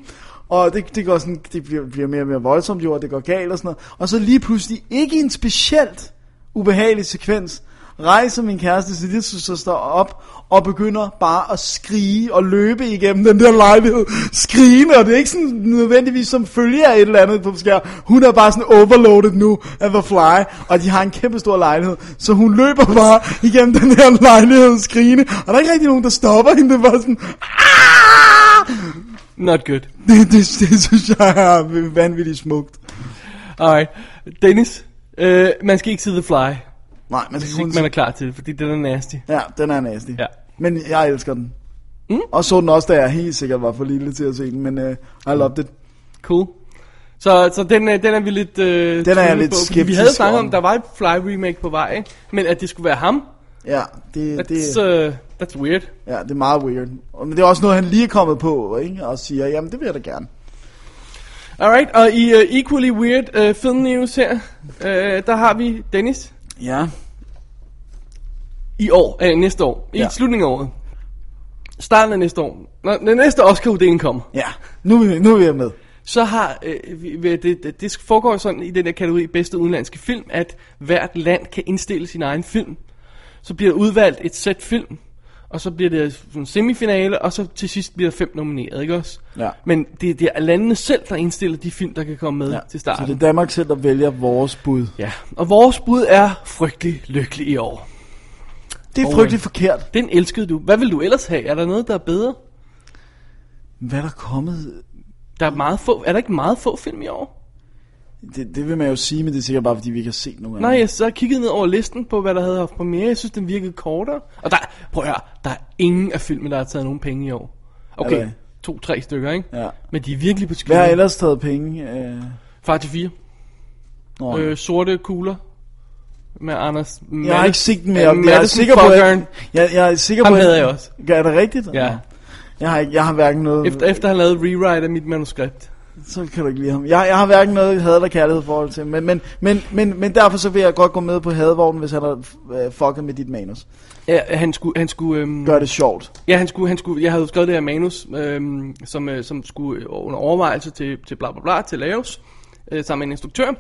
og det, det, går sådan, det bliver, bliver mere og mere voldsomt, jo, og det går galt og sådan noget. Og så lige pludselig, ikke i en specielt ubehagelig sekvens, rejser min kæreste sin lille søster op, og begynder bare at skrige og løbe igennem den der lejlighed, skrigende, og det er ikke sådan nødvendigvis som følger af et eller andet på skærm. Hun er bare sådan overloaded nu af The Fly, og de har en kæmpe stor lejlighed, så hun løber bare igennem den her lejlighed skrigende, og der er ikke rigtig nogen, der stopper hende, det var sådan, "Ah!"
Not good.
det, det, det, synes jeg er vanvittigt smukt.
Alright. Dennis, øh, man skal ikke se The Fly,
Nej, men det
hvis
er kun
ikke man er klar til det, fordi den er nasty.
Ja, den er nasty.
Ja.
Men jeg elsker den. Mm? Og så den også, da jeg helt sikkert var for lille til at se den, men uh, I loved it.
Cool. Så, så den, er- den er vi lidt... Øh,
Den er jeg
tvivlende
lidt
på, fordi Vi
skeptisk
havde snakket om,
om.
der var et Fly remake på vej, ikke? men at det skulle være ham,
Ja, det, det,
that's, uh, that's weird.
ja, det er meget weird. Og- Men det er også noget, han lige er kommet på, ikke? Og siger, jamen det vil jeg da gerne.
Alright, og i uh, Equally Weird uh, Film News her, uh, der har vi Dennis
Ja.
i år, øh, næste år, ja.
Ja.
i slutningen af året. Starten af næste år, når den næste Oscar-uddeling kommer,
Ja. Nu er vi, nu er vi med.
så har, øh, vi- vi- det, det, det foregår jo sådan i den der kategori bedste udenlandske film, at hvert land kan indstille sin egen film. Så bliver der udvalgt et sæt film, og så bliver det sådan en semifinale, og så til sidst bliver der fem nomineret, ikke også?
Ja.
Men det, det er landene selv, der indstiller de film, der kan komme med ja. til
Så
starten.
det er Danmark selv, der vælger vores bud.
Ja, og vores bud er frygtelig lykkelig i år. øh,
Det
Oh,
er frygteligt forkert.
Den elskede du. Hvad vil du ellers have? Er der noget, der er bedre?
Hvad er der kommet?
Der er, meget få, er der ikke meget få film i år?
Det, det vil man jo sige, men det er sikkert bare, fordi vi ikke har set nogen af
Nej,
dem.
jeg så har kigget ned over listen på, hvad der havde haft premiere. Jeg synes, den virkede kortere. Og der, prøv at høre, der er ingen af filmene, der har taget nogen penge i år.
Er
Okay,
der-
to-tre stykker, ikke?
Ja.
Men de er virkelig på
Hvad
skidt.
har ellers taget penge? Øh...
Far til fire.
Nå,
Øh, sorte kugler. Med Anders Madde-
jeg har ikke set den, men jeg, jeg er
Madsen
sikker på,
fuckeren.
at, jeg, jeg er sikker
Ham
på, at-
havde jeg også.
Er det rigtigt?
Ja.
Jeg har, ikke, jeg har hverken noget...
Efter, efter han lavede rewrite af mit manuskript.
Så kan du ikke lide ham. Jeg, jeg har hverken noget had eller kærlighed i forhold til ham, men, men, men, men, men derfor så vil jeg godt gå med på hadvognen, hvis han har øh, fucket med dit manus.
Ja, han skulle, han skulle, øhm,
Gør det sjovt.
Ja, han skulle, han skulle, jeg havde jo skrevet det her manus, øhm, som, øh, som skulle øh, under overvejelse til, til bla bla bla, til laves, øh, sammen med en instruktør.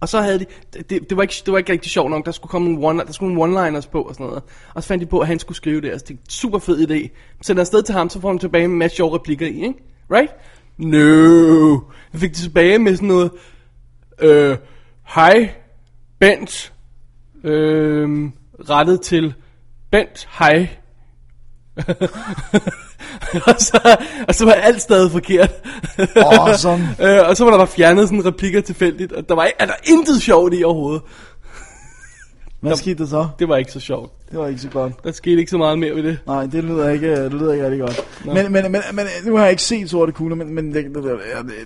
Og så havde de, det, det, var ikke, det var ikke rigtig sjovt nok, der skulle komme nogle one, der skulle nogle one-liners på og sådan noget. Og så fandt de på, at han skulle skrive det, altså det er en super fed idé. Send afsted til ham, så får han tilbage med en masse sjove replikker i, ikke? Right? No. Jeg fik det tilbage med sådan noget, øh, hej, Bent, øh, rettet til Bent, hej, [LAUGHS] og, så, og så var alt stadig forkert.
[LAUGHS] Awesome.
øh, og så var der bare fjernet sådan replikker tilfældigt, og der var ikke, er der intet sjovt i overhovedet.
Hvad skete der så?
Det var ikke så sjovt.
Det var ikke så godt.
Der skete ikke så meget mere ved det.
Nej, det lyder ikke, øh, det lyder ikke rigtig godt. Men, men, men, men, nu har jeg ikke set sorte kugler, men, men det, det, det,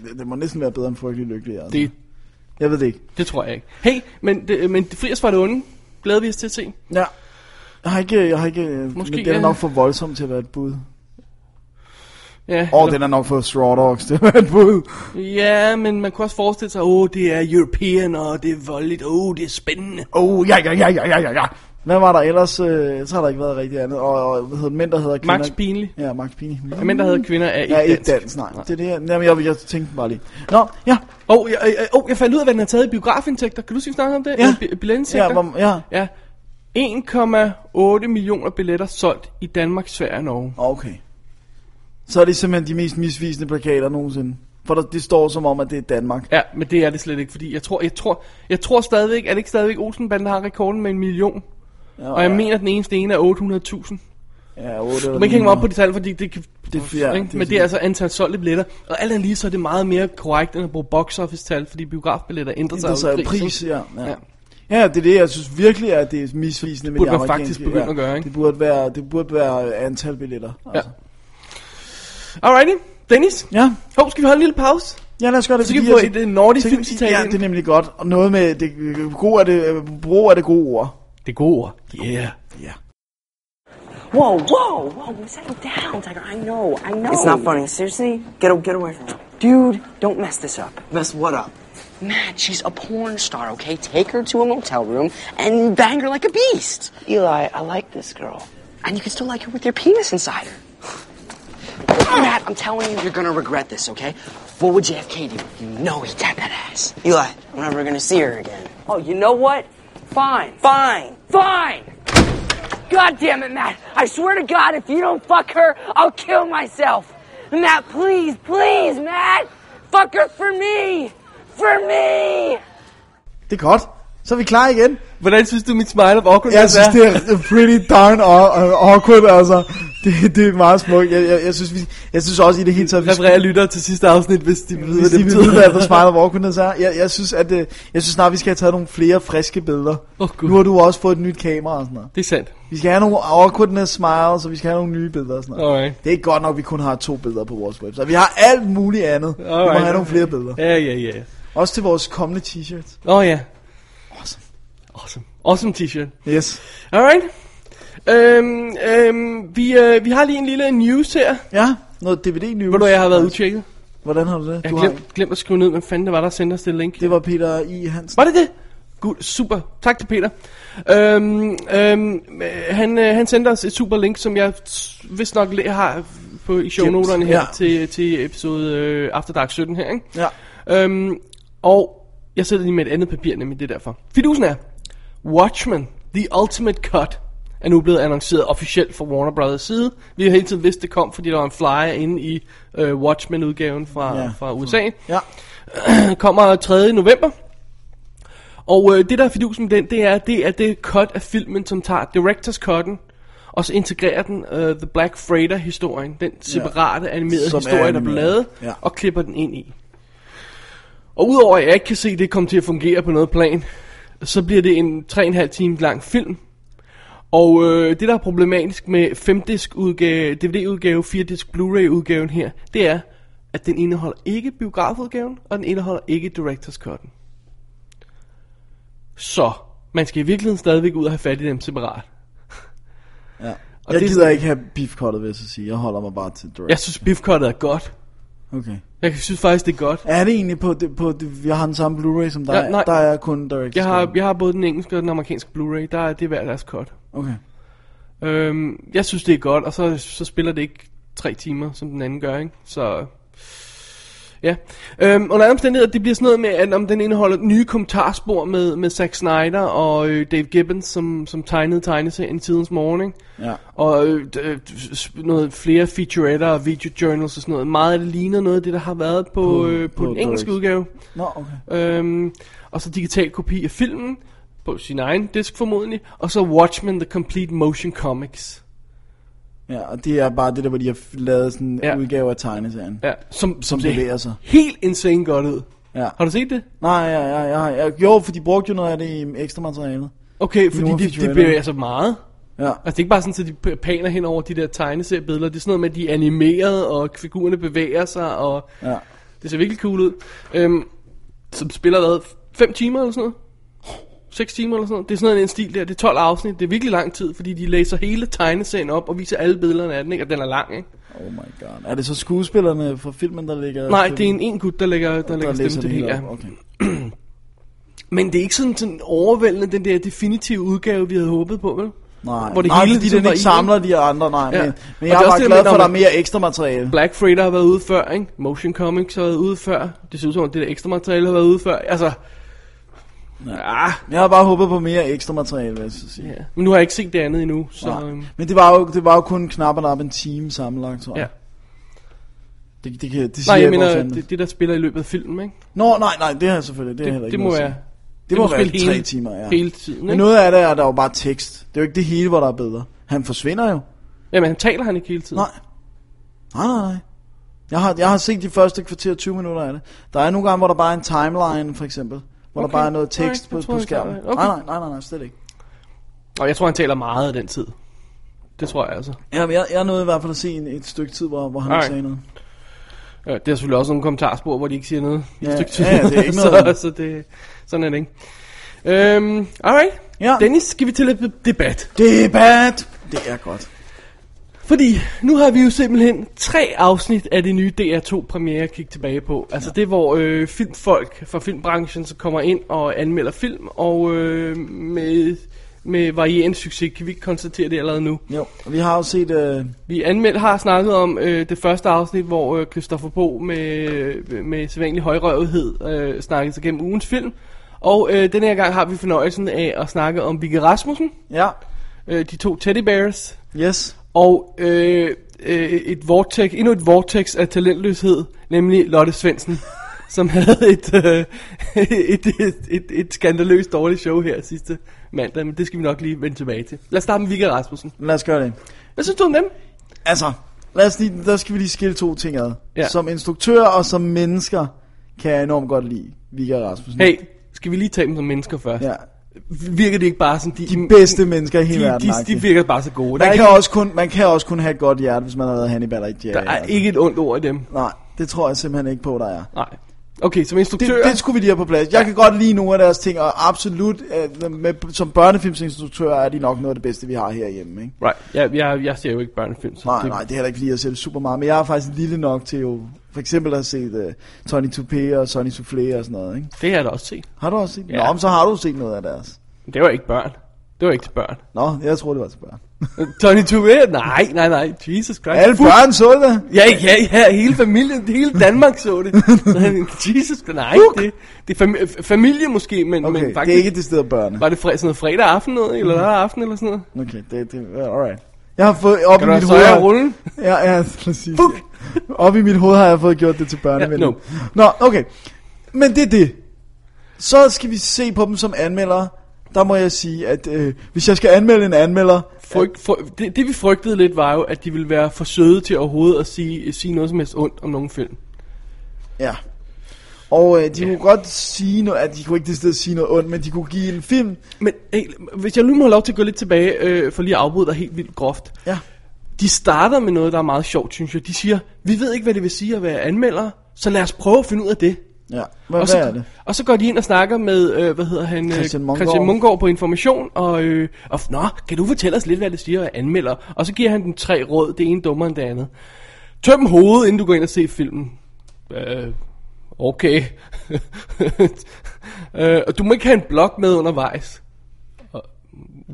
det, det, må næsten være bedre end frygtelig lykkelig. Altså.
Det,
Jeg ved det ikke.
det tror jeg ikke. Hey, men, det, men fri os fra det onde. Glæder vi os til at se.
Ja. Jeg har ikke, øh, jeg har ikke, Måske,
Måske,
men den er
øh,
nok for voldsom til at være et bud.
Ja,
Og den er nok for straw dogs til at være et bud.
ja, men man kunne også forestille sig, åh, oh, det er European, og det er voldeligt, åh, oh, det er spændende.
Oh, ja, ja, ja, ja, ja, ja, ja. Hvad var der ellers? Øh, så har der ikke været rigtig andet. Og, og hvad hedder den? Mænd, der hedder kvinder.
Max Pinley.
Ja, Max Pini.
Ja, Mænd, der hedder kvinder, er ikke
Ja, ikke
dansk.
dansk, nej. Det er det her. Jamen, jeg, jeg tænkte bare lige. Nå, ja.
Åh, oh, jeg, øh, øh, oh, jeg fandt ud af, hvad den har taget i biografindtægter. Kan du sige snakke om det?
Ja.
Eller bi- billetindtægter?
Ja, hvor- ja.
ja. 1,8 millioner billetter solgt i Danmark, Sverige og Norge.
Okay. Så er det simpelthen de mest misvisende plakater nogensinde. For der, det står som om, at det er Danmark.
Ja, men det er det slet ikke, fordi jeg tror, jeg tror, jeg tror stadigvæk, er det ikke stadigvæk Olsenbanden, der har rekorden med en million?
Ja,
Og jeg mener, at den eneste ene er 800.000.
Ja, 8
Man kan ikke op på de tal, fordi det kan...
Det er fjer-
ikke?
det er
Men det
sådan-
er altså antal solgte billetter. Og alt andet lige, så er det meget mere korrekt, end at bruge box office tal, fordi biografbilletter ændrer sig.
Det er så
jo i
pris,
ikke?
ja. ja.
Ja.
Ja, det er det, jeg synes virkelig, at det er misvisende med
Burde
de
man
amerikanske-
faktisk begynde
ja.
at gøre, ikke?
Det burde være, det burde være antal billetter. Altså.
Alrighty, Dennis.
Ja.
Hov, skal vi holde en lille pause?
Ja, lad os gøre det.
Så kan
fordi
vi få
jeg-
et, øh, nordisk
så-
filmcitat
Ja,
ind.
det er nemlig godt. Og noget med, det, god er det, øh, brug er det gode ord.
Det er gode ord. Yeah.
Ja.
Whoa, whoa, whoa, settle down, Tiger. I know, I know.
It's not funny. Seriously, get a- get away from her, dude. Don't mess this up.
Mess what up? Matt, she's a porn star, okay? Take her to a motel room and bang her like a beast.
Eli, I like this girl.
And you can still like her with your penis inside her. Matt, I'm telling you, you're gonna regret this, okay? What would JFK do? You know he tapped that ass.
Eli, I'm never gonna see her again.
Oh, you know what? Fine.
Fine.
Fine! God damn it, Matt. I swear to God, if you don't fuck her, I'll kill myself. Matt, please, please, Matt! Fuck her for me! For me!
Det er godt. Så er vi klar igen.
Hvordan synes du, mit smile of awkwardness
Jeg synes,
er?
det er pretty darn aw- øh, awkward, altså. [LAUGHS] Det, det er meget smukt. Jeg, jeg, jeg, synes, vi, jeg synes også i det hele taget, vi
Refererer lytter til sidste afsnit, hvis de ved, hvad
hvis
det
de ved,
betyder.
hvad The Smile of Awkwardness er. Jeg, jeg synes, at, øh, jeg synes snart, vi skal have taget nogle flere friske billeder.
Åh, Gud.
nu har du også fået et nyt kamera og sådan noget.
Det er sandt.
Vi skal have nogle awkwardness smiles, og vi skal have nogle nye billeder og sådan noget.
Alright.
Det er ikke godt nok, at vi kun har to billeder på vores website. Vi har alt muligt andet. Vi må
Alright.
have nogle flere billeder.
Ja, ja, ja.
Også til vores kommende t-shirts.
Åh oh, ja.
Awesome.
Awesome. Awesome t-shirt.
Yes.
Alright. Øhm, øhm, vi, øh, vi har lige en lille news her.
Ja, noget DVD-news.
Ved du, jeg har været udtjekket?
Hvordan har du det?
Jeg
Du
har
har...
glemt, glemt at skrive ned, hvem fanden det var, der sendte os det link.
Det var Peter I. Hansen.
Var det det? Gud, super. Tak til Peter. Øhm, øhm, øh, han, øh, han sendte os et super link, som jeg s- vist nok læ- har på, i shownoterne her
Ja.
til, til episode øh, After Dark 17 her. Ikke?
Ja.
Øhm, og jeg sidder lige med et andet papir, nemlig det er derfor. Fidusen er, Watchmen, The Ultimate Cut, er nu blevet annonceret officielt fra Warner Brothers side. Vi har hele tiden vidst, det kom, fordi der var en flyer inde i øh, Watchmen-udgaven fra,
Ja.
ja. fra USA.
Ja.
Den kommer 3. november. Og øh, det der er fidusen med den, det er, det er det cut af filmen, som tager director's cutten, og så integrerer den øh, The Black Freighter-historien, den separate ja. animerede
Som er
historie, der blev
animeret.
lavet,
Ja.
ja. og klipper den ind i. Og udover at jeg ikke kan se, at det kommer til at fungere på noget plan, så bliver det en 3,5 time lang film. Og øh, det, der er problematisk med 5-disk udgave, DVD-udgave, 4-disk Blu-ray-udgaven her, det er, at den indeholder ikke biografudgaven, og den indeholder ikke Directors Cut'en. Så man skal i virkeligheden stadigvæk ud og have fat i dem separat.
ja.
Og
jeg
det er
gider
sådan-
ikke have beefcuttet, vil jeg så sige. Jeg holder mig bare til direct.
Jeg synes, biffkottet er godt.
Okay.
Jeg synes faktisk, det er godt.
Er det egentlig på, det, på det, jeg har den samme Blu-ray som dig?
Ja, nej.
Der er kun direct.
Jeg har, jeg har både den engelske og den amerikanske Blu-ray. Der er det er hver deres cut.
Okay.
Øhm, jeg synes, det er godt, og så, så spiller det ikke tre timer, som den anden gør, ikke? Så... Ja. Øhm, under andre omstændigheder, det bliver sådan noget med, at om den indeholder nye kommentarspor med, med Zack Snyder og øh, Dave Gibbons, som, som tegnede tegneserien Tidens Morgen, ikke?
Ja.
Og øh, d- øh, d- s- noget flere featuretter og videojournals og sådan noget. Meget af det ligner noget af det, der har været på,
På-
på, øh, på,
på
på den engelske
Dorks.
udgave.
Nå, okay.
Øhm, og så digital kopi af filmen på sin egen disk formodentlig. Og så Watchmen The Complete Motion Comics.
Ja, og det er bare det der, hvor de har f- lavet sådan en ja.
Ja.
udgave af tegneserien.
Ja, som,
Som
ser
bevæger sig.
Helt insane godt ud.
Ja.
Har du set det?
Nej, ja, ja, ja, ja. Jo, for de brugte jo noget af det i ekstra materialet.
Okay,
nogle
fordi det, det
featuretter.
bevæger sig meget.
Ja.
Altså det er ikke bare sådan, at de paner hen over de der tegneseriebilleder. Det er sådan noget med, at de er animeret, og figurerne bevæger sig, og
Ja.
det ser virkelig cool ud. Øhm, som spiller hvad? 5 timer eller sådan noget? 6 timer eller sådan noget. Det er sådan noget, en stil der. Det er 12 afsnit. Det er virkelig lang tid, fordi de læser hele tegneserien op og viser alle billederne af den, ikke? Og den er lang, ikke?
Oh my god. Er det så skuespillerne fra filmen, der ligger...
Nej, det er en en gut, der lægger, der lægger stemme
læser
til det her.
op. Okay.
Men det er ikke sådan, sådan overvældende, den der definitive udgave, vi havde håbet på, vel?
Nej,
Hvor det
nej
hele
fordi
ligesom
den
var
ikke
i,
samler de andre, nej. Ja.
Ja.
Men,
Og
men
det
jeg
er
er
også
bare
det,
glad for,
men når
at der er
man-
mere ekstra materiale.
Black Freighter har været ude før, ikke? Motion Comics har været ude før. Det ser ud som om, det der ekstra materiale har været ude før. Altså, ja.
Jeg har bare håbet på mere ekstra materiale, vil jeg så sige.
ja. Men nu har jeg ikke set det andet endnu, så...
Nej.
øhm,
Men det var, jo, det var jo kun knap og nap en time sammenlagt, tror jeg.
Ja.
Det, det, kan, det siger
Nej, jeg
ikke, hvor
mener,
fanden-
det, det der spiller i løbet af filmen, ikke?
Nå, nej, nej, det har jeg selvfølgelig. Det, er heller ikke
Det, det må
noget at
være...
sige. Det, må, være
spille
tre
hele-
timer, ja.
Hele tiden,
Men
ikke?
noget af det er, der er jo bare tekst. Det er jo ikke det hele, hvor der er bedre. Han forsvinder jo.
Jamen, han taler han ikke hele tiden.
Nej. Nej, nej, nej. Jeg har, jeg har set de første kvarter 20 minutter af det. Der er nogle gange, hvor der bare er en timeline, for eksempel. Hvor der
Okay.
bare er noget
Nej,
tekst
jeg
på,
tror,
på
jeg
skærmen.
tager det. Okay.
Nej, nej, nej, nej, nej, slet ikke.
Og jeg tror, han taler meget af den tid. Det tror jeg altså.
Ja, men jeg, jeg nåede i hvert fald at se en, et stykke tid, hvor, hvor han ikke
Nej.
sagde noget.
Ja, det er selvfølgelig også nogle kommentarspor, hvor de ikke siger noget i
Ja,
et stykke tid.
ja, det er ikke
[LAUGHS] så,
noget.
så det, sådan er det ikke. Øhm, alright.
Ja.
Dennis, skal vi til lidt debat?
Debat! Det er godt.
Fordi nu har vi jo simpelthen tre afsnit af det nye DR2-premiere at kigge tilbage på. Altså ja. det, hvor øh, filmfolk fra filmbranchen så kommer ind og anmelder film, og øh, med, med varierende succes kan vi ikke konstatere det allerede nu.
Jo, og vi har jo set... Øh,
Vi anmeld har snakket om øh, det første afsnit, hvor øh, Christoffer Bo med, øh, med sædvanlig højrøvethed øh, snakkede sig gennem ugens film. Og øh, den her gang har vi fornøjelsen af at snakke om Vigge Rasmussen,
ja,
øh, de to teddy bears,
yes.
og øh, øh, et vortex, endnu et vortex af talentløshed, nemlig
[LAUGHS]
Lotte Svendsen, som havde et, øh, [LAUGHS] et, et, et, et skandaløst dårligt show her sidste mandag, men det skal vi nok lige vende tilbage til. Lad os starte med Vigge Rasmussen.
Lad os gøre det.
Hvad synes du om dem?
Altså, lad os lige, der skal vi lige skille to ting ad. Ja.
Ja.
Som instruktør og som mennesker kan jeg enormt godt lide Vigga Rasmussen.
Hey, skal vi lige tage dem som mennesker først?
Ja,
Virker det ikke bare sådan, de,
de bedste mennesker i hele
Mm. de,
verden.
de, de,
agtigt.
virker bare så gode. Der er,
man,
ikke,
kan også kun, man kan også kun have et godt hjerte, hvis man har været Hannibal og ikke Jerry.
der er ikke et ondt ord i dem.
Nej, det tror jeg simpelthen ikke på, der er.
Nej. Okay, som
Det,
instruktør...
det skulle vi lige have på plads. Jeg kan godt lide nogle af deres ting, og absolut, øh, med, som børnefilmsinstruktør er de nok noget af det bedste, vi har herhjemme. Ikke?
Right, jeg, jeg, jeg ser jo ikke børnefilm. Så
Nej,
det,
nej, det er heller ikke fordi, jeg ser det super meget, men jeg er faktisk lille nok til jo... For For eksempel har set uh, Tony Toupé og Sonny Soufflé og sådan noget, ikke?
Det har jeg da også set.
Har du også set? Ja.
Ja.
Nå, men så har du set noget af deres.
Det var ikke børn. Det var ikke til børn.
Nå, jeg tror det var til børn.
Tony Tourette? Nej, nej, nej. Jesus Christ.
Alle
Fuld-
børn så det.
Ja, ja, ja, hele familien, hele Danmark så det. Jesus, nej, det, det er fami- familie måske, men,
Okay,
men
det
faktisk,
er ikke det sted af børnene.
var det fre- sådan noget fredag aften noget, eller lørdag aften, eller sådan noget?
Okay, det, det uh, alright. Jeg har fået op i
Kan du
mit
have soja
hoved.
i rullen?
Ja, ja, præcis. Fuck. Op i mit hoved har jeg fået gjort det til børnevenner.
Ja,
Nå, okay. Men det er det. Så skal vi se på dem som anmeldere. Der må jeg sige, at øh, hvis jeg skal anmelde en anmelder...
Fryg, fryg, det, det vi frygtede lidt var jo, at de ville være for søde til overhovedet at sige, sige noget som helst ondt om nogen film.
Ja. Og øh, de kunne godt sige noget... At de kunne ikke det sted sige noget ondt, men de kunne give en film...
Men hey, hvis jeg nu må have lov til at gå lidt tilbage, øh, for lige at afbryde dig helt vildt groft.
Ja.
De starter med noget, der er meget sjovt, synes jeg. De siger, vi ved ikke, hvad det vil sige at være anmelder, så lad os prøve at finde ud af det.
Ja, hvad,
og,
hvad
så,
er det?
og så går de ind og snakker med, øh, hvad hedder han? øh,
Christian Munggaard.
Christian Munggaard på Information, og, øh, og f- nå, kan du fortælle os lidt, hvad det siger, at anmelder? Og så giver han dem tre råd, det ene dummere end det andet. Tøm hovedet, inden du går ind og ser filmen. Øh, okay. [LAUGHS] øh, og du må ikke have en blog med undervejs. Og,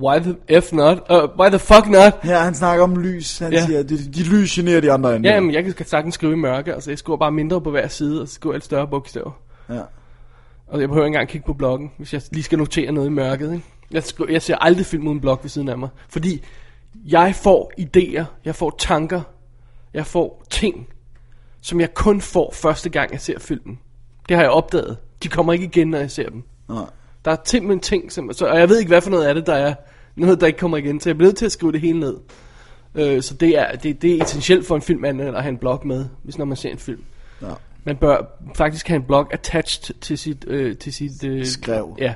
Why the F not? Uh, why the fuck not?
Her, han snakker om lys. Han
Ja.
siger, at de, de lys generer de andre
Ja,
anmeldere.
jamen, jeg kan sagtens skrive i mørke, altså jeg skriver bare mindre på hver side, og så skriver jeg lidt større bogstaver.
Ja.
Og jeg behøver ikke engang kigge på bloggen, hvis jeg lige skal notere noget i mørket. Ikke? Jeg, sk- jeg ser aldrig film uden blog ved siden af mig. Fordi jeg får idéer, jeg får tanker, jeg får ting, som jeg kun får første gang, jeg ser filmen. Det har jeg opdaget. De kommer ikke igen, når jeg ser dem.
Nej.
Der er simpelthen ting, som, så, og jeg ved ikke, hvad for noget af det, der er noget, der ikke kommer igen. Så jeg bliver nødt til at skrive det hele ned. Øh, så det er, det, det er essentielt for en filmanmelder at have en blog med, hvis når man ser en film.
Ja.
Man bør faktisk have en blog attached til sit... Øh, til sit øh,
Skrev.
Ja.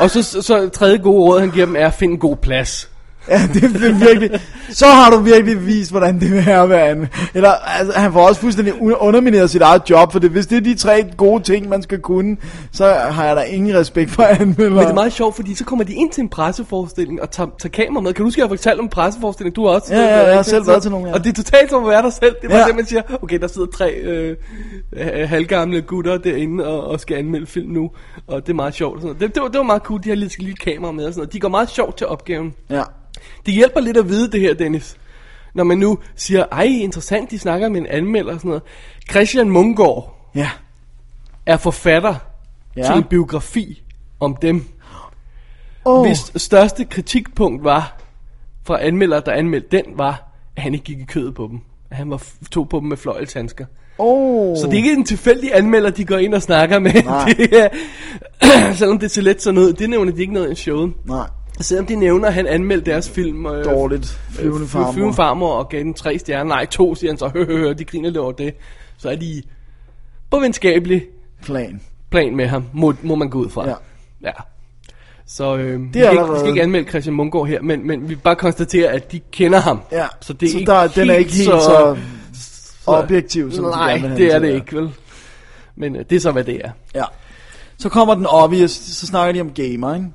Og så, så, så tredje gode råd, han giver dem, er at finde en god plads.
Ja, det er virkelig... Så har du virkelig vist, hvordan det vil at være an. Eller, altså, han får også fuldstændig un- undermineret sit eget job, for det, hvis det er de tre gode ting, man skal kunne, så har jeg da ingen respekt for anmeldere.
Men det er meget sjovt, fordi så kommer de ind til en presseforestilling og tager, tager kamera med. Kan du huske, jeg har fortalt om en presseforestilling? Du har også...
Ja, ja, jeg har
ikke?
selv
Så-
været til nogle, ja.
Og det er totalt som at være dig selv. Det var
Ja.
ja. det, man siger, okay, der sidder tre øh, øh, halvgamle gutter derinde og, og skal anmelde film nu. Og det er meget sjovt. og Sådan noget. det, det, var, det var meget cool, de har lidt lille kamera med og sådan noget. De går meget sjovt til opgaven.
Ja.
Det hjælper lidt at vide det her, Dennis. Når man nu siger, ej, interessant, de snakker med en anmelder og sådan noget. Christian Munggaard
Ja.
er forfatter ja. til
Ja.
en biografi om dem.
Oh,
Oh. Hvis største kritikpunkt var, fra anmelder, der anmeldte den, var, at han ikke gik i kødet på dem. At han var f- tog på dem med fløjelshandsker.
oh.
Så det er ikke en tilfældig anmelder, de går ind og snakker med.
Nej.
[LAUGHS] Det er, [CLEARS THROAT] selvom det ser let sådan ud, det nævner de ikke noget i showet.
Nej,
Selvom de nævner, at han anmeldte deres film. Øh,
dårligt. Flyvende farmor.
Flyvende farmor og gav den tre stjerner. Nej, to siger han så. [LAUGHS] Hø, hø, hø, de griner lidt over det. Så er de på venskabelig
Plan.
plan med ham, må, må man gå ud fra.
Ja.
ja. Så øh, det vi,
er
skal ikke,
allerede-
vi skal ikke anmelde Christian Munggaard her, men, men vi vil bare konstatere, at de kender ham.
Ja.
Så, det er
så
ikke
der, den er ikke helt så, så, objektiv, som du
Nej,
gerne vil have
det er
til
det
at være.
ikke, vel? Men øh, det er så, hvad det er.
Ja. Så kommer den obvious, så snakker de om gamer, ikke?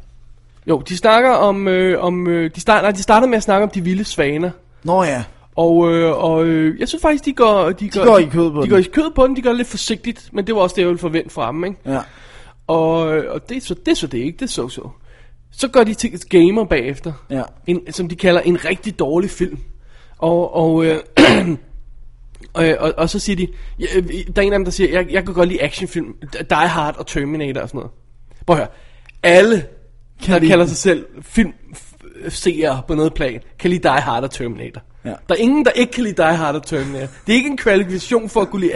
Jo, de snakker om... Øh, om øh, de, start, nej, de starter med at snakke om de vilde svaner.
Nå ja.
Og, øh, og øh, jeg synes faktisk, de går... De, de
går i kødet på
de
den.
går i kødet på den, de gør det lidt forsigtigt, men det var også det, jeg ville forvente fra dem, ikke?
Ja.
Og, øh, og det, er så, det er så det ikke, det er so-so. Så går de til gamer bagefter,
Ja.
en, som de kalder en rigtig dårlig film. Og, og, øh, [CLEARS THROAT] og, og, og så siger de, ja, øh, der er en af dem, der siger, jeg, jeg kan godt lide actionfilm, Die Hard og Terminator og sådan noget. Prøv at høre, alle, kan der
lide
kalder
den.
sig selv filmseere på noget plan, kan lide Die Hard og Terminator.
Ja.
Der er ingen, der ikke kan lide Die Hard og Terminator. Det er ikke en kvalifikation for at kunne lide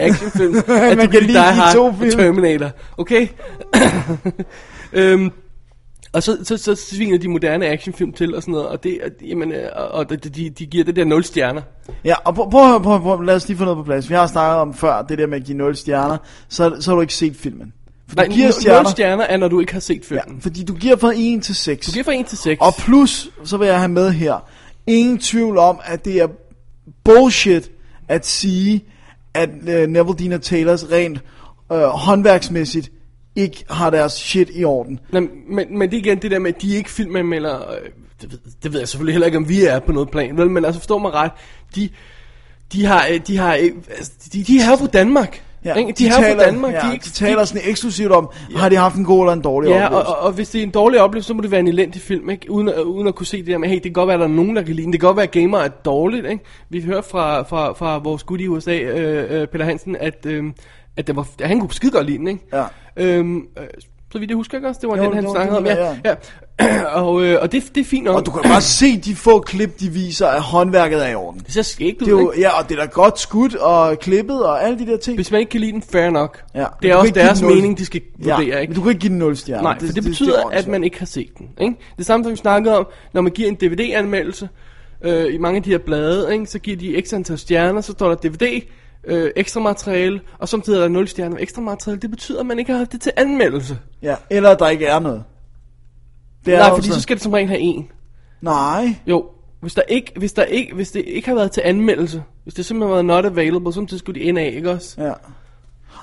[LAUGHS]
actionfilm, at
Man
du
kan
kan lide
lide
Die
de
Hard
to
og
film.
Terminator. Okay? [LAUGHS] øhm, og så, så, så sviner de moderne actionfilm til og sådan noget, og, det, er- jamen, øh, og, og de, de, de giver det der 0 stjerner.
Ja, og prøv, prøv, prøv, prøv, lad os lige få noget på plads. Vi har snakket om før, det der med at give 0 stjerner, så, så har du ikke set filmen. For
Nej,
du giver
0
stjerner,
stjerner. stjerner er, når du ikke har set filmen.
Ja, fordi du giver fra 1 til 6.
Du giver fra 1 til 6.
Og plus, så vil jeg have med her, ingen tvivl om, at det er bullshit at sige, at øh, Neville Dean og Taylors rent øh, håndværksmæssigt ikke har deres shit i orden.
Nå, men, men det er igen det der med, at de ikke filmanmelder, øh, det ved, det ved jeg selvfølgelig heller ikke, om vi er på noget plan, vel? men altså forstå mig ret, de de har, øh, de har, øh, altså, de, de er her fra Danmark. Ja, de, de er her fra Danmark.
ja,
de, er
de taler sådan eksklusivt om, har de haft en god eller en dårlig
Ja, og,
oplevelse.
og, og hvis det er en dårlig oplevelse, så må det være en elendig film, ikke? Uden, at- uden at kunne se det der med, hey, det kan godt være, at der er nogen, der kan lide den. Det kan godt være, at gamer er dårligt, ikke? Vi hører fra, fra, fra vores gut i USA, øh, øh, Peter Hansen, at, øh, at, det var, at han kunne skide godt lide den, ikke?
Ja.
Øhm, øh, så vidt jeg husker, ikke også? Det var
Jo,
jo, den,
det
han
var
snakkede om,
den,
ja. ja. [CLEARS THROAT] og øh, og det, det er fint nok.
Og du kan bare se de få klip, de viser, at håndværket er i orden.
Det ser skægt ud,
Det er jo,
ikke?
ja, og det er da godt skudt og klippet og alle de der ting.
Hvis man ikke kan lide den, fair nok.
Ja, men du
Det er
kan
også
ikke give
deres
den nul.
mening, de skal vurdere,
ja,
ikke?
Men du kan ikke give den 0 stjerner.
Nej, for det, betyder,
det er
at man ikke har set den. Ikke? Det samme som vi snakkede om, når man giver en DVD-anmeldelse øh, i mange af de her blade, ikke? så giver de ekstra antal stjerner, så står der DVD, øh, ekstra materiale, og samtidig er der 0 stjerner med ekstra materiale. Det betyder, at man ikke har haft det til anmeldelse.
Ja, eller at der ikke er noget. Det
Ja, Nej,
jo
fordi
sådan-
så skal det som regel have en.
Nej.
Jo, hvis, der ikke, hvis, der ikke, hvis det ikke har været til anmeldelse, hvis det simpelthen har været not available, så skulle de ind af, ikke også?
Ja.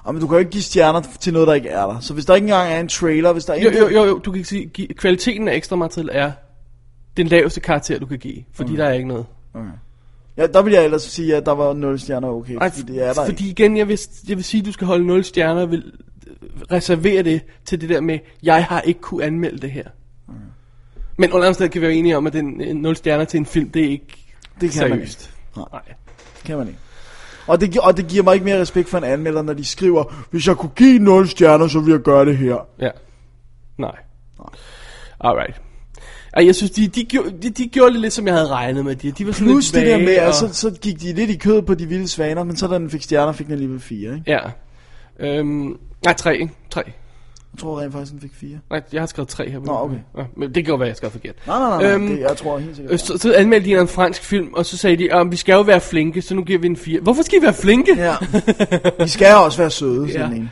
Og men du kan jo ikke give stjerner til noget, der ikke er der. Så hvis der ikke engang er en trailer, hvis der ikke
Jo, jo, jo, jo du kan sige, gi- kvaliteten af ekstra materiale er den laveste karakter, du kan give, fordi okay. der er ikke noget.
Ja, der vil jeg ellers sige, at der var 0 stjerner okay,
Nej,
fordi det er der
fordi
ikke.
igen, jeg vil, jeg vil sige, at du skal holde 0 stjerner, vil øh, reservere det til det der med, jeg har ikke kunne anmelde det her.
Mm.
Men under andet sted kan vi være enige om, at den, øh, 0 stjerner til en film, det er ikke
Det kan man ikke.
seriøst.
Nej.
Nej.
Kan man ikke. Og det, gi- og det giver mig ikke mere respekt for en anmelder, når de skriver, hvis jeg kunne give 0 stjerner, så ville jeg gøre det her.
Ja. Nej. Alright. Ej, jeg synes, de, de, gjorde, de, de gjorde det lidt, som jeg havde regnet med. De, de var sådan
Plus
lidt
det der
vage
med, altså- at
og-
så, så gik de lidt i kød på de vilde svaner, men så da den fik stjerner, fik den alligevel 4, ikke?
Ja. Øhm, nej, tre, ikke? Tre.
Jeg tror rent faktisk, den fik 4.
Nej, jeg har skrevet tre her.
Nå, okay.
Ja, men det kan jo være, jeg skrev forkert.
Nej, nej, nej, øhm, det, jeg tror helt sikkert.
Øh, Så, så anmeldte de en fransk film, og så sagde de, at vi skal jo være flinke, så nu giver vi en 4. Hvorfor skal I være flinke?
[LAUGHS] Ja. De skal jo også være søde, sådan
Ja.
en.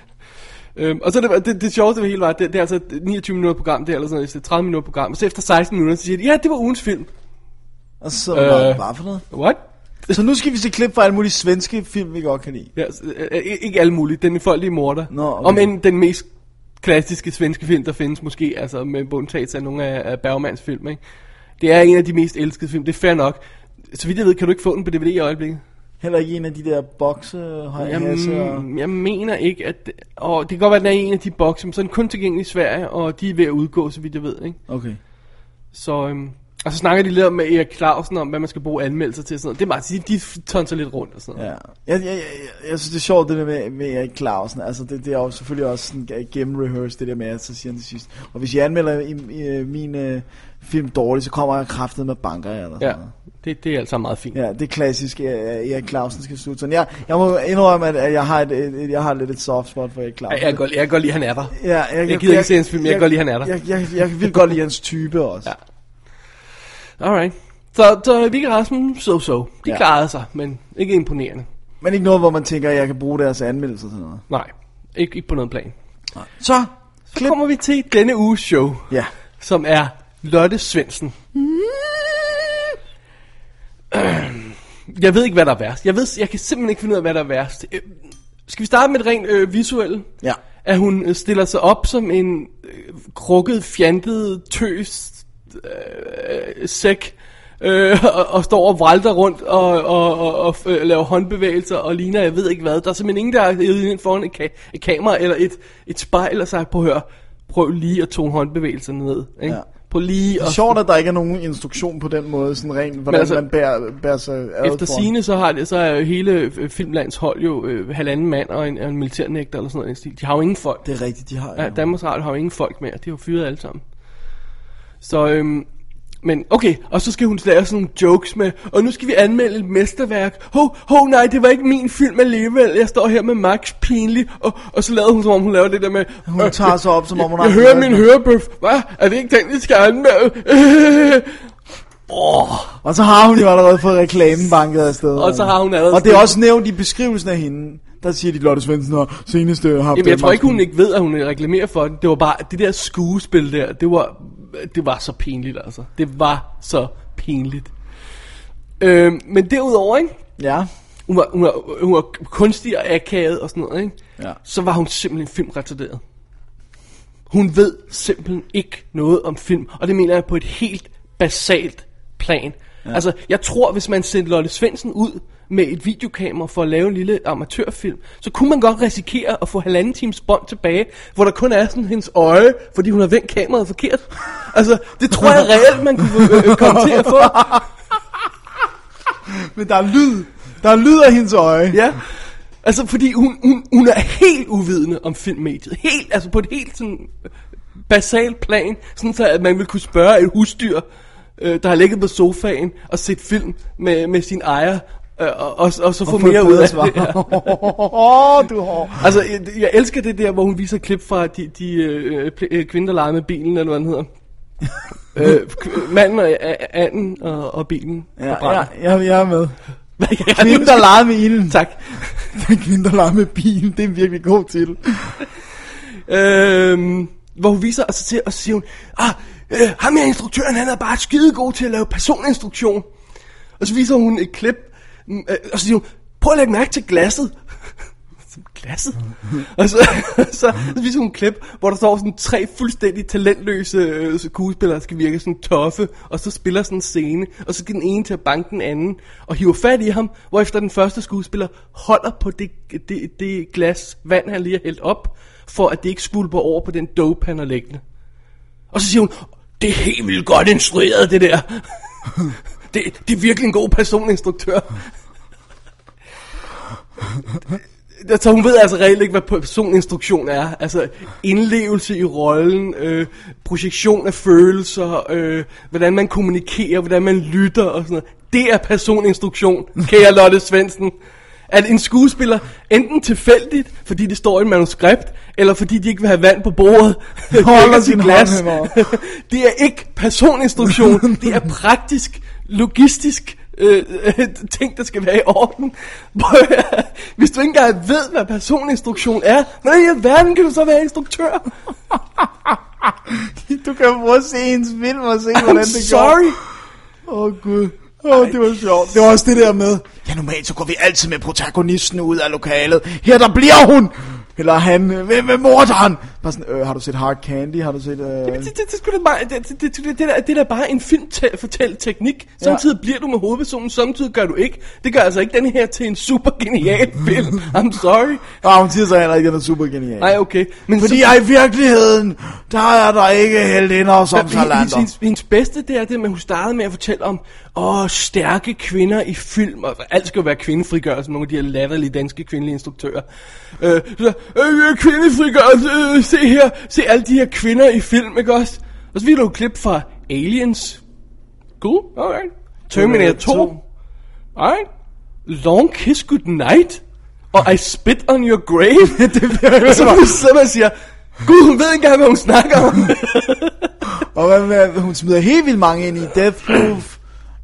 Øhm, og så det, det, det sjoveste ved hele var, det, det er altså et 29 minutter program, det er eller sådan noget, det er 30 minutter program, og så efter 16 minutter, så siger de, ja, det var ugens film.
Og så var det
Øh.
bare for noget.
What?
Så nu skal vi se klip fra alle mulige svenske film, vi godt kan lide.
Ja, så, øh, øh, ikke alle mulige, den foldige morder.
Nå, okay.
Om end den mest klassiske svenske film, der findes måske, altså med bundtagelse af nogle af, af Bergmans film, ikke? Det er en af de mest elskede film, det er fair nok. Så vidt jeg ved, kan du ikke få den på DVD i øjeblikket?
Heller ikke en af de der bokse høj kasse og...
Jamen, jeg mener ikke, at... Og det kan godt være, at den er i en af de bokse, men så er den kun tilgængelig i Sverige, og de er ved at udgå, så vidt jeg ved, ikke?
Okay.
Så, øhm, og så snakker de lidt om med Erik Clausen om, hvad man skal bruge anmeldelser til og sådan noget. Det er meget, de, de tonser lidt rundt og sådan noget.
Ja. Jeg, jeg, jeg, jeg, synes, det er sjovt, det der med, med Erik Clausen. Altså, det, det er jo selvfølgelig også sådan gennemrehearsed, det der med, at så siger han til sidst. Og hvis jeg anmelder i, i, min øh, film dårligt, så kommer jeg kraftet med banker eller sådan
Ja,
noget.
det, det er altså meget fint.
Ja, det er klassisk, øh, øh, Erik Clausen skal slutte sådan. Jeg, jeg må indrømme, at at jeg har, et, et, et, jeg har lidt et soft spot for Erik
Ej,
Clausen.
jeg kan godt, jeg kan godt lide, at han er der.
Ja, jeg,
Jeg gider ikke se hans film, jeg kan godt lide, han er der.
Jeg, jeg, jeg, vil godt lide hans type også.
Ja. Alright. Så, så Vigge Rasmussen, so-so. De
Ja.
ja. klarede sig, men ikke imponerende.
Men ikke noget, hvor man tænker, at jeg kan bruge deres anmeldelser til noget.
Nej, ikke, ikke på noget plan.
Så,
Så Klip. kommer vi til denne uges show.
ja.
som er Lotte Svendsen. Jeg ved ikke, hvad der er værst. Jeg, ved, jeg kan simpelthen ikke finde ud af, hvad der er værst. Øh, Skal vi starte med et rent øh, visuelt?
Ja.
At hun øh, stiller sig op som en øh, krukket, fjantet, tøs øh, sæk, øh, [LAUGHS] og, og står og vralter rundt og, og, og, og øh, laver håndbevægelser og ligner, jeg ved ikke hvad. Der er simpelthen ingen, der er inde foran et, ka- et kamera eller et, et spejl og sagt, på hør, prøv lige at tone håndbevægelserne ned.
Ja.
Ikke? Ja. På lige
Det er
og
sjort, at der ikke er nogen instruktion på den måde, sådan rent, hvordan altså,
altså,
man bærer, bærer sig ad
Efter
foran.
sine så har det, så er jo hele øh, Filmlands hold jo øh, halvanden mand og en, og en militærnægter eller sådan noget. i den stil. De har jo ingen folk.
Det er rigtigt, de har.
Ja, Danmarks Radio har jo ingen folk mere. De har jo fyret alle sammen. Så, øhm, men okay, og så skal hun lave sådan nogle jokes med, og nu skal vi anmelde et mesterværk. Hov, hov, nej, det var ikke min film alligevel. Jeg står her med Max Pinley, og, og så lavede hun som om, hun laver det der med... "Øh,
Hun tager sig op, som om hun
Jeg
har-
hører min hørebøf. Hvad? Er det ikke den, vi skal anmelde?
Og så har hun jo allerede fået reklamen banket afsted.
Og så har hun allerede-
Og det er også nævnt i beskrivelsen af hende. Der siger de, Lotte Svendsen har senest øh, haft...
Jamen, jeg
øh,
tror ikke, hun
magten.
ikke ved, at hun reklamerer for den. Det var bare, det der skuespil der, det var, det var så pinligt, altså. Det var så pinligt. Øhm, men derudover, ikke?
Ja.
Hun var, hun, var, hun var kunstig og akavet og sådan noget, ikke?
Ja.
Så var hun simpelthen filmretarderet. Hun ved simpelthen ikke noget om film, og det mener jeg på et helt basalt plan. Ja. Altså, jeg tror, hvis man sendte Lotte Svendsen ud med et videokamera for at lave en lille amatørfilm, så kunne man godt risikere at få halvanden times bånd tilbage, hvor der kun er sådan hendes øje, fordi hun har vendt kameraet forkert. altså, det tror jeg reelt, man kunne øh, komme til at få.
Men der er lyd. Der er lyd af hendes øje.
Ja. Altså, fordi hun, hun, hun er helt uvidende om filmmediet. Helt, altså på et helt sådan basalt plan, sådan så at man vil kunne spørge et husdyr, øh, der har ligget på sofaen og set film med, med sin ejer, øh, og, og, og så få mere ud af det. Ja.
Åh, oh, du er hård.
[LAUGHS] Altså, jeg, jeg elsker det der, hvor hun viser et klip fra de, de øh, pl- øh, kvinder, der leger med bilen, eller hvad den hedder. øh, k- manden og øh, anden og, og bilen, ja, der
Ja,
brænder.
ja, jeg, jeg er med.
[LAUGHS] Ja.
Kvinden, der leger med ilden.
Tak.
Den kvinde, der leger med bilen. Det er en virkelig god titel.
øhm, hvor hun viser, og så, siger, og så siger hun, ah, øh, ham her instruktøren, han er bare skide god til at lave personinstruktion. Og så viser hun et klip, mm, øh, og så siger hun, prøv at lægge mærke til glasset. Som Glasset? og så, [LAUGHS] så, så viser hun et klip, hvor der står sådan tre fuldstændig talentløse øh, skuespillere, der skal virke sådan toffe, og så spiller sådan en scene, og så skal den ene til at banke den anden, og hiver fat i ham, hvorefter den første skuespiller holder på det, det, det glas vand, han lige har hældt op, for at det ikke skvulper over på den dope, han har liggende. Og så siger hun, det er helt vildt godt instrueret, det der. det, det er virkelig en god personinstruktør. Så hun ved altså reelt ikke, hvad personinstruktion er. Altså indlevelse i rollen, øh, projektion af følelser, øh, hvordan man kommunikerer, hvordan man lytter og sådan noget. Det er personinstruktion, kære Lotte Svendsen. At en skuespiller, enten tilfældigt, fordi det står i et manuskript, eller fordi de ikke vil have vand på bordet, [LAUGHS] drikker
sin
sit
hånd
glas.
henover.
[LAUGHS] det er ikke
[LAUGHS]
personinstruktion, det er praktisk, logistisk øh, øh, ting, der skal være i orden. Prøv at høre, Hvis du ikke engang ved, hvad personinstruktion er, hvordan i alverden kan du så være instruktør?
Du kan prøve at se hendes film og se, hvordan
I'm
det
sorry.
Åh, oh, Gud. Åh, oh, det var sjovt. Det var også det der med, ja normalt så går vi altid med protagonisten ud af lokalet. Her der bliver hun! Eller han, øh, hvem er morderen? Bare sådan, øh, har du set Hard Candy? Har du set... Øh...
Det, det, det, skulle da bare, det, det, det, det, det, der, det der bare en filmfortæl teknik. Samtidig bliver du med hovedpersonen, samtidig gør du ikke. Det gør altså ikke den her til en super genial
[LAUGHS]
film. I'm sorry.
Ah, hun siger så heller ikke, at den er super genial.
Nej, okay. Men
Fordi
så-
jeg i virkeligheden, der er der ikke heldinder som
Hvad- hendes,
Salander.
hendes, hendes bedste, det er det, med, at hun startede med at fortælle om åh, stærke kvinder i film, og alt skal jo være kvindefrigørelse, nogle af de her latterlige danske kvindelige instruktører. Øh, så, øh, kvindefrigørelse, øh, se her, se alle de her kvinder i film, ikke også? Og så viser du et klip fra Aliens. Cool, alright. Terminator 2. Alright. Long Kiss Goodnight. Og I Spit On Your Grave. [LAUGHS] det så man, så man siger, Gud, hun ved ikke engang, hvad hun snakker om.
Og hvad med, hun smider helt vildt mange ind i Deathproof.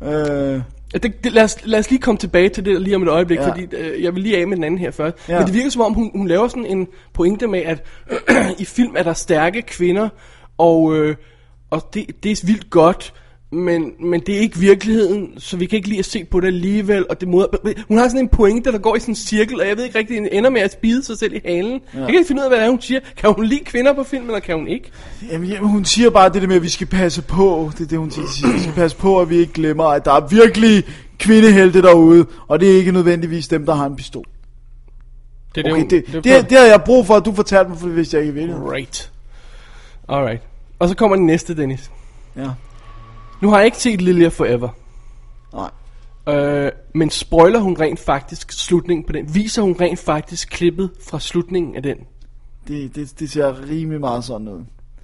øh,
Ja, Det, det, lad, os, lad os lige komme tilbage til det lige om et øjeblik,
Ja.
ja. fordi øh, jeg vil lige af med den anden her først.
Ja.
Ja. Men det virker som om, hun, hun laver sådan en pointe med, at [CLEARS THROAT] i film er der stærke kvinder, og, øh, og det, det er vildt godt, men, men det er ikke virkeligheden, så vi kan ikke lige at se på det alligevel. Og det moder... Hun har sådan en pointe, der går i sådan en cirkel, og jeg ved ikke rigtig, den ender med at spide sig selv i halen. Ja. Jeg kan ikke finde ud af, hvad det er, hun siger. Kan hun lide kvinder på film, eller kan hun ikke?
Jamen, jamen, hun siger bare det der med, at vi skal passe på. Det er det, hun siger. Vi skal passe på, at vi ikke glemmer, at der er virkelig kvindehelte derude. Og det er ikke nødvendigvis dem, der har en pistol.
Det
Okay, det, det, det, det havde jeg brug for, at du fortalte mig, for det vidste jeg ikke i virkeligheden.
Great. Alright. Og så kommer den næste, Dennis.
Ja.
Nu har jeg ikke set Lilia Forever.
Nej.
Øh, men spoiler hun rent faktisk slutningen på den? Viser hun rent faktisk klippet fra slutningen af den?
Det, det, det ser rimelig meget sådan ud.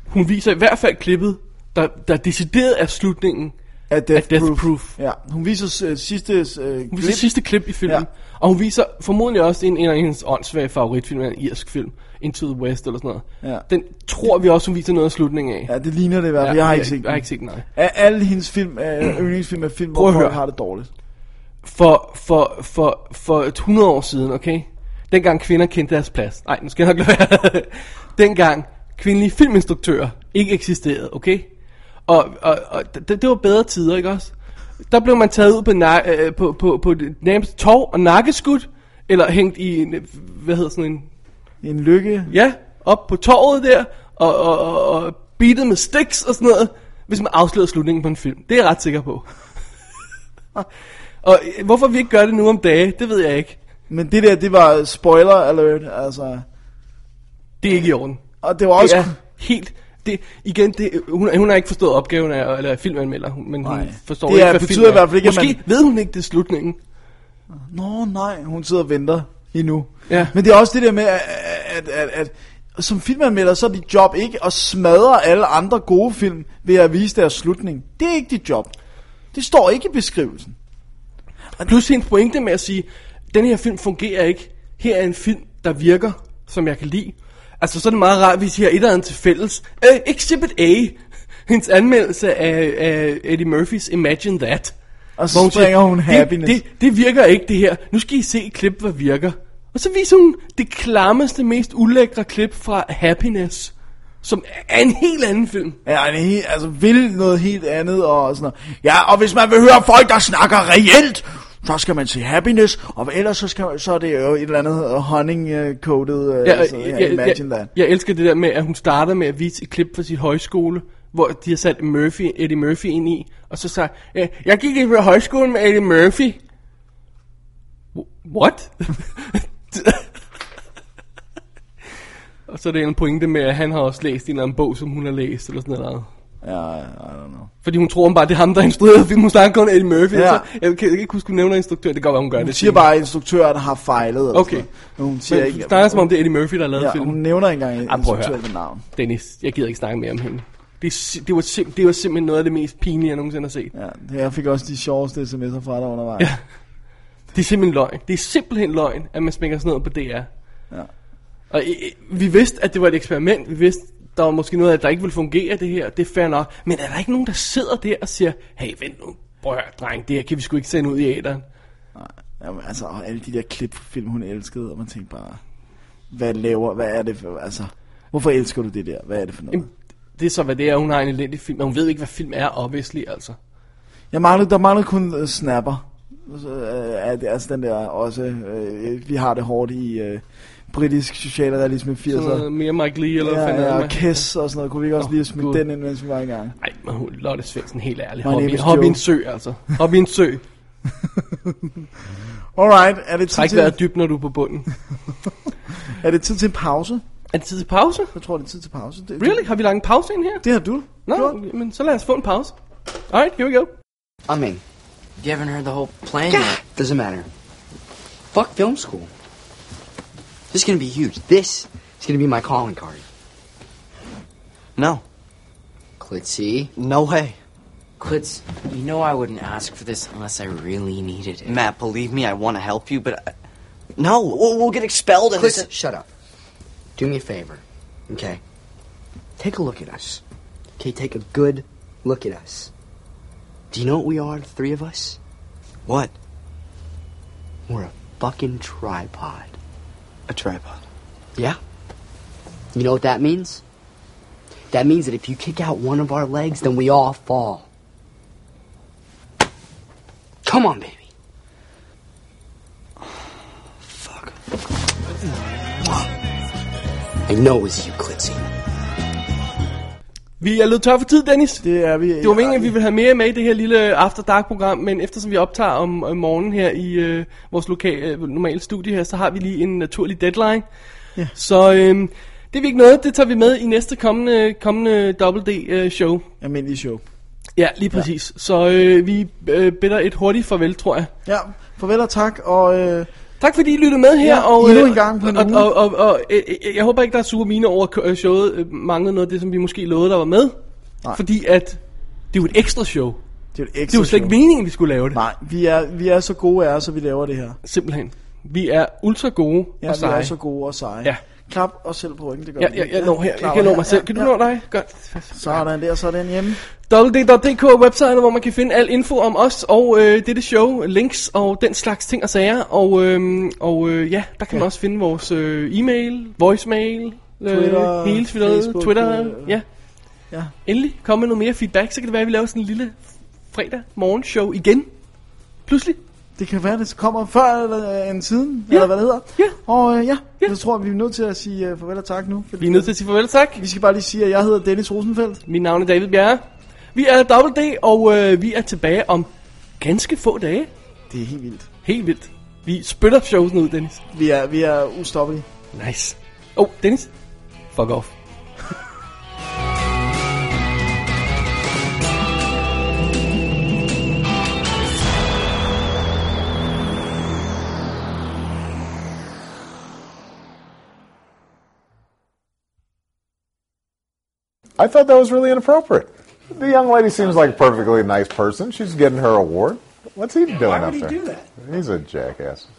Hun viser i hvert fald klippet, der, der decideret er slutningen.
Af Death,
Death
Proof.
Proof.
Ja, hun viser øh, sidste øh,
Hun viser
klip.
klip. sidste klip i filmen.
Ja.
Ja. Og hun viser formodentlig også en, en af hendes åndssvage favoritfilm, en irsk film. Into the West eller sådan noget.
Ja.
Den tror vi også, hun viser noget af slutningen af.
Ja, det ligner det i hvert fald. Ja, jeg har ikke set
jeg, jeg har
den.
ikke set den, nej.
Af alle hendes film, øh, yndlingsfilm er film,
Prøv
hvor
at
folk
høre.
har det dårligt.
for, for, for, for 100 år siden, okay? Dengang kvinder kendte deres plads. Nej, nu skal jeg nok lade være. [LAUGHS] Dengang kvindelige filminstruktører ikke eksisterede, okay? Og, og, og det, det var bedre tider, ikke også? Der blev man taget ud på, na- øh, på, på, på det nærmeste tov og nakkeskudt, eller hængt i en, øh, hvad hedder sådan en,
En lykke.
ja, op på torvet der, og, og, og, og beatet med sticks og sådan noget, hvis man afslører slutningen på en film. Det er jeg ret sikker på. Og øh, hvorfor vi ikke gør det nu om dage, det ved jeg ikke.
Men det der, det var spoiler alert, altså.
Det er ikke i orden.
Og det var også...
Det er helt... Det, igen, det, hun, hun har ikke forstået opgaven af, eller filmanmelder, hun- men hun
Nej.
forstår
Det
ikke,
er-
hvad
betyder
film er.
i hvert fald ikke, at
Måske
man-
ved hun ikke det er slutningen.
Nå nej, hun sidder og venter endnu.
Ja.
Men det er også det der med, at, at, at, at som filmanmelder, så er dit job ikke at smadre alle andre gode film ved at vise deres slutning. Det er ikke dit job. Det står ikke i beskrivelsen.
Plus hendes pointe med at sige, den her film fungerer ikke. Her er en film, der virker, som jeg kan lide. Altså, så er det meget rart, hvis I har et eller andet til fælles. Uh, Exhibit A. [LAUGHS] Hendes anmeldelse af, af Eddie Murphys Imagine That.
Og så
Hvor hun
springer hun
det,
happiness.
Det, det virker ikke, det her. Nu skal I se et klip, hvad virker. Og så viser hun det klammeste, mest ulækre klip fra Happiness, som er en helt anden film.
Ja, det er helt, altså vil noget helt andet og sådan noget. Ja, og hvis man vil høre folk, der snakker reelt, så skal man se happiness, og ellers så, skal, så er det jo et eller andet øh, honning-coated, ja, altså, ja, imagine
jeg,
that.
jeg elsker det der med, at hun starter med at vise et klip fra sit højskole, hvor de har sat Murphy, Eddie Murphy ind i, og så sagde, "Ja, jeg gik i højskolen med Eddie Murphy. Wh- What? [LAUGHS] og så er det en pointe med, at han har også læst en eller anden bog, som hun har læst, eller sådan noget.
Ja, I don't know.
Fordi hun tror bare, det er ham, der instruerede filmen. Hun snakker kun om Eddie Murphy.
Ja.
Ja. Så jeg kan ikke huske, hun nævner instruktør. Det kan godt være, hun gør
Hun
det.
siger
senere.
bare, at instruktøren har fejlet. og
Okay.
sådan noget. Men hun siger
Men
ikke...
hun snakker som om det er Eddie Murphy, der har lavet
ja,
filmen.
hun nævner ikke engang
Ah, prøv at høre.
instruktøren ved navn.
Dennis, jeg gider ikke snakke mere om hende. Det, er si- det, var, sim, det var simpelthen noget af det mest pinlige, jeg nogensinde har set.
Ja, det- jeg fik også de sjoveste sms'er fra dig undervejs.
Ja. Det er simpelthen løgn. Det er simpelthen løgn, at man smækker sådan noget på DR. Ja. Og øh, vi vidste, at det var et eksperiment. Vi vidste, der var måske noget, af det, der ikke ville fungere det her. Det er fair nok. Men er der ikke nogen, der sidder der og siger, hey, vent nu, prøv at høre, dreng, det her kan vi sgu ikke sende ud i æderen.
Jamen, altså, og alle de der klip fra film, hun elskede, og man tænkte bare, hvad laver, hvad er det for, altså, hvorfor elsker du det der? Hvad er det for noget?
Jamen, Det er så, hvad det er. Hun har en elendig film, men hun ved ikke, hvad film er, obviously, altså.
Jeg manglede, der manglede kun uh, snapper. Så, øh, at- altså den der også, øh, vi har det hårdt i øh, britisk socialrealisme 80'er.
Sådan noget mere Mike Lee, eller hvad
Ja,
fanden
ja,
er det
og
med?
Kiss og sådan noget. Kunne vi ikke også
Åh,
lige have smidt
Gud.
den ind, mens vi var i gang?
Nej, men hun- Lotte Svendsen, helt ærligt.
My
Hop
name
i,
is
hop i en
Joe.
sø, altså. Hop i en sø.
Alright, er det, tid
Træk
til,
vejret dybt, når du er på bunden.
er det tid til en pause?
Er det tid til pause?
Jeg tror, det er tid til pause. Det,
Really? Har vi lagt en pause ind her?
Det har du
Nå,
gjort.
men så lad os få en pause. Alright, here we go.
I mean,
You haven't heard the whole plan yet.
doesn't matter. Fuck film school. This is gonna be huge. This is gonna be my calling card.
No.
Clitzy.
No way.
Clitz, you know I wouldn't ask for this unless I really needed it.
Matt, believe me, I want to help you, but... I... No, we'll, we'll get expelled and...
Clitz, shut up. Do me a favor, okay? Take a look at us. Okay, take a good look at us. Do you know what we are, the three of us?
What?
We're a fucking tripod.
A tripod.
Yeah. You know what that means? That means that if you kick out one of our legs, then we all fall. Come on, baby. [SIGHS] Fuck. I know it's you, Clitzy.
Vi er løbet tør for tid, Dennis. Det,
Det er vi.
det var meningen, at vi ville have mere med i det her lille After Dark-program, men eftersom vi optager om, om morgenen her i øh, vores lokale, øh, normale studie her, så har vi lige en naturlig deadline. Ja. Så øh, det er vi ikke noget, det tager vi med i næste kommende, kommende Double D-show.
Almindelig show.
Ja, lige præcis. Ja. Så øh, vi øh, beder et hurtigt farvel, tror jeg.
Ja, farvel og tak, og øh,
Tak fordi I lyttede med her.
Ja,
og,
endnu
øh,
en gang på en
og,
uge.
og, og, og, øh, øh, jeg håber ikke, der er sure mine over, at showet øh, manglede noget af det, som vi måske lovede, der var med.
Nej.
Fordi at det er jo et ekstra show.
det er jo et
Det er
ekstra
jo slet
show.
ikke meningen, at vi skulle lave det.
Nej, vi er, vi er så gode af os, at vi laver det her.
Simpelthen. Vi er ultra gode
Ja,
og
vi er
seje.
så gode og seje.
Ja.
Klap os selv på ryggen, det gør
Ja,
vi.
ja, jeg når her. Jeg
klapper
kan nå
her.
mig selv. Kan du
Ja.
nå dig? Godt.
Sådan der, sådan hjemme.
www.dk er website, hvor man kan finde al info om os og øh, dette show, links og den slags ting og sager. Og, øh, og øh, ja, der kan man også finde vores øh, e-mail, voicemail,
Twitter,
øh, hele
Facebook,
Twitter, Twitter
øh,
øh, ja.
ja.
Endelig kom med noget mere feedback, så kan det være, at vi laver sådan en lille fredag morgenshow igen. Pludselig.
Det kan være, det kommer før eller øh, end siden,
Ja.
eller hvad det hedder.
Ja.
Og øh, ja,
Ja.
jeg tror, vi er nødt til at sige øh, farvel og tak nu. Fordi
Vi er nødt til at sige farvel, tak.
Vi skal bare lige sige, at jeg hedder Dennis Rosenfeldt.
Mit navn er David Bjerre. Vi er Double D, og øh, vi er tilbage om ganske få dage.
Det er helt vildt.
Helt vildt. Vi spytter showsene ud, Dennis.
Vi er, vi er ustoppelige.
Nice. Oh, Dennis. Fuck off.
I thought that was really inappropriate. The young lady seems like a perfectly nice person. She's getting her award. What's he doing up there? He's a jackass.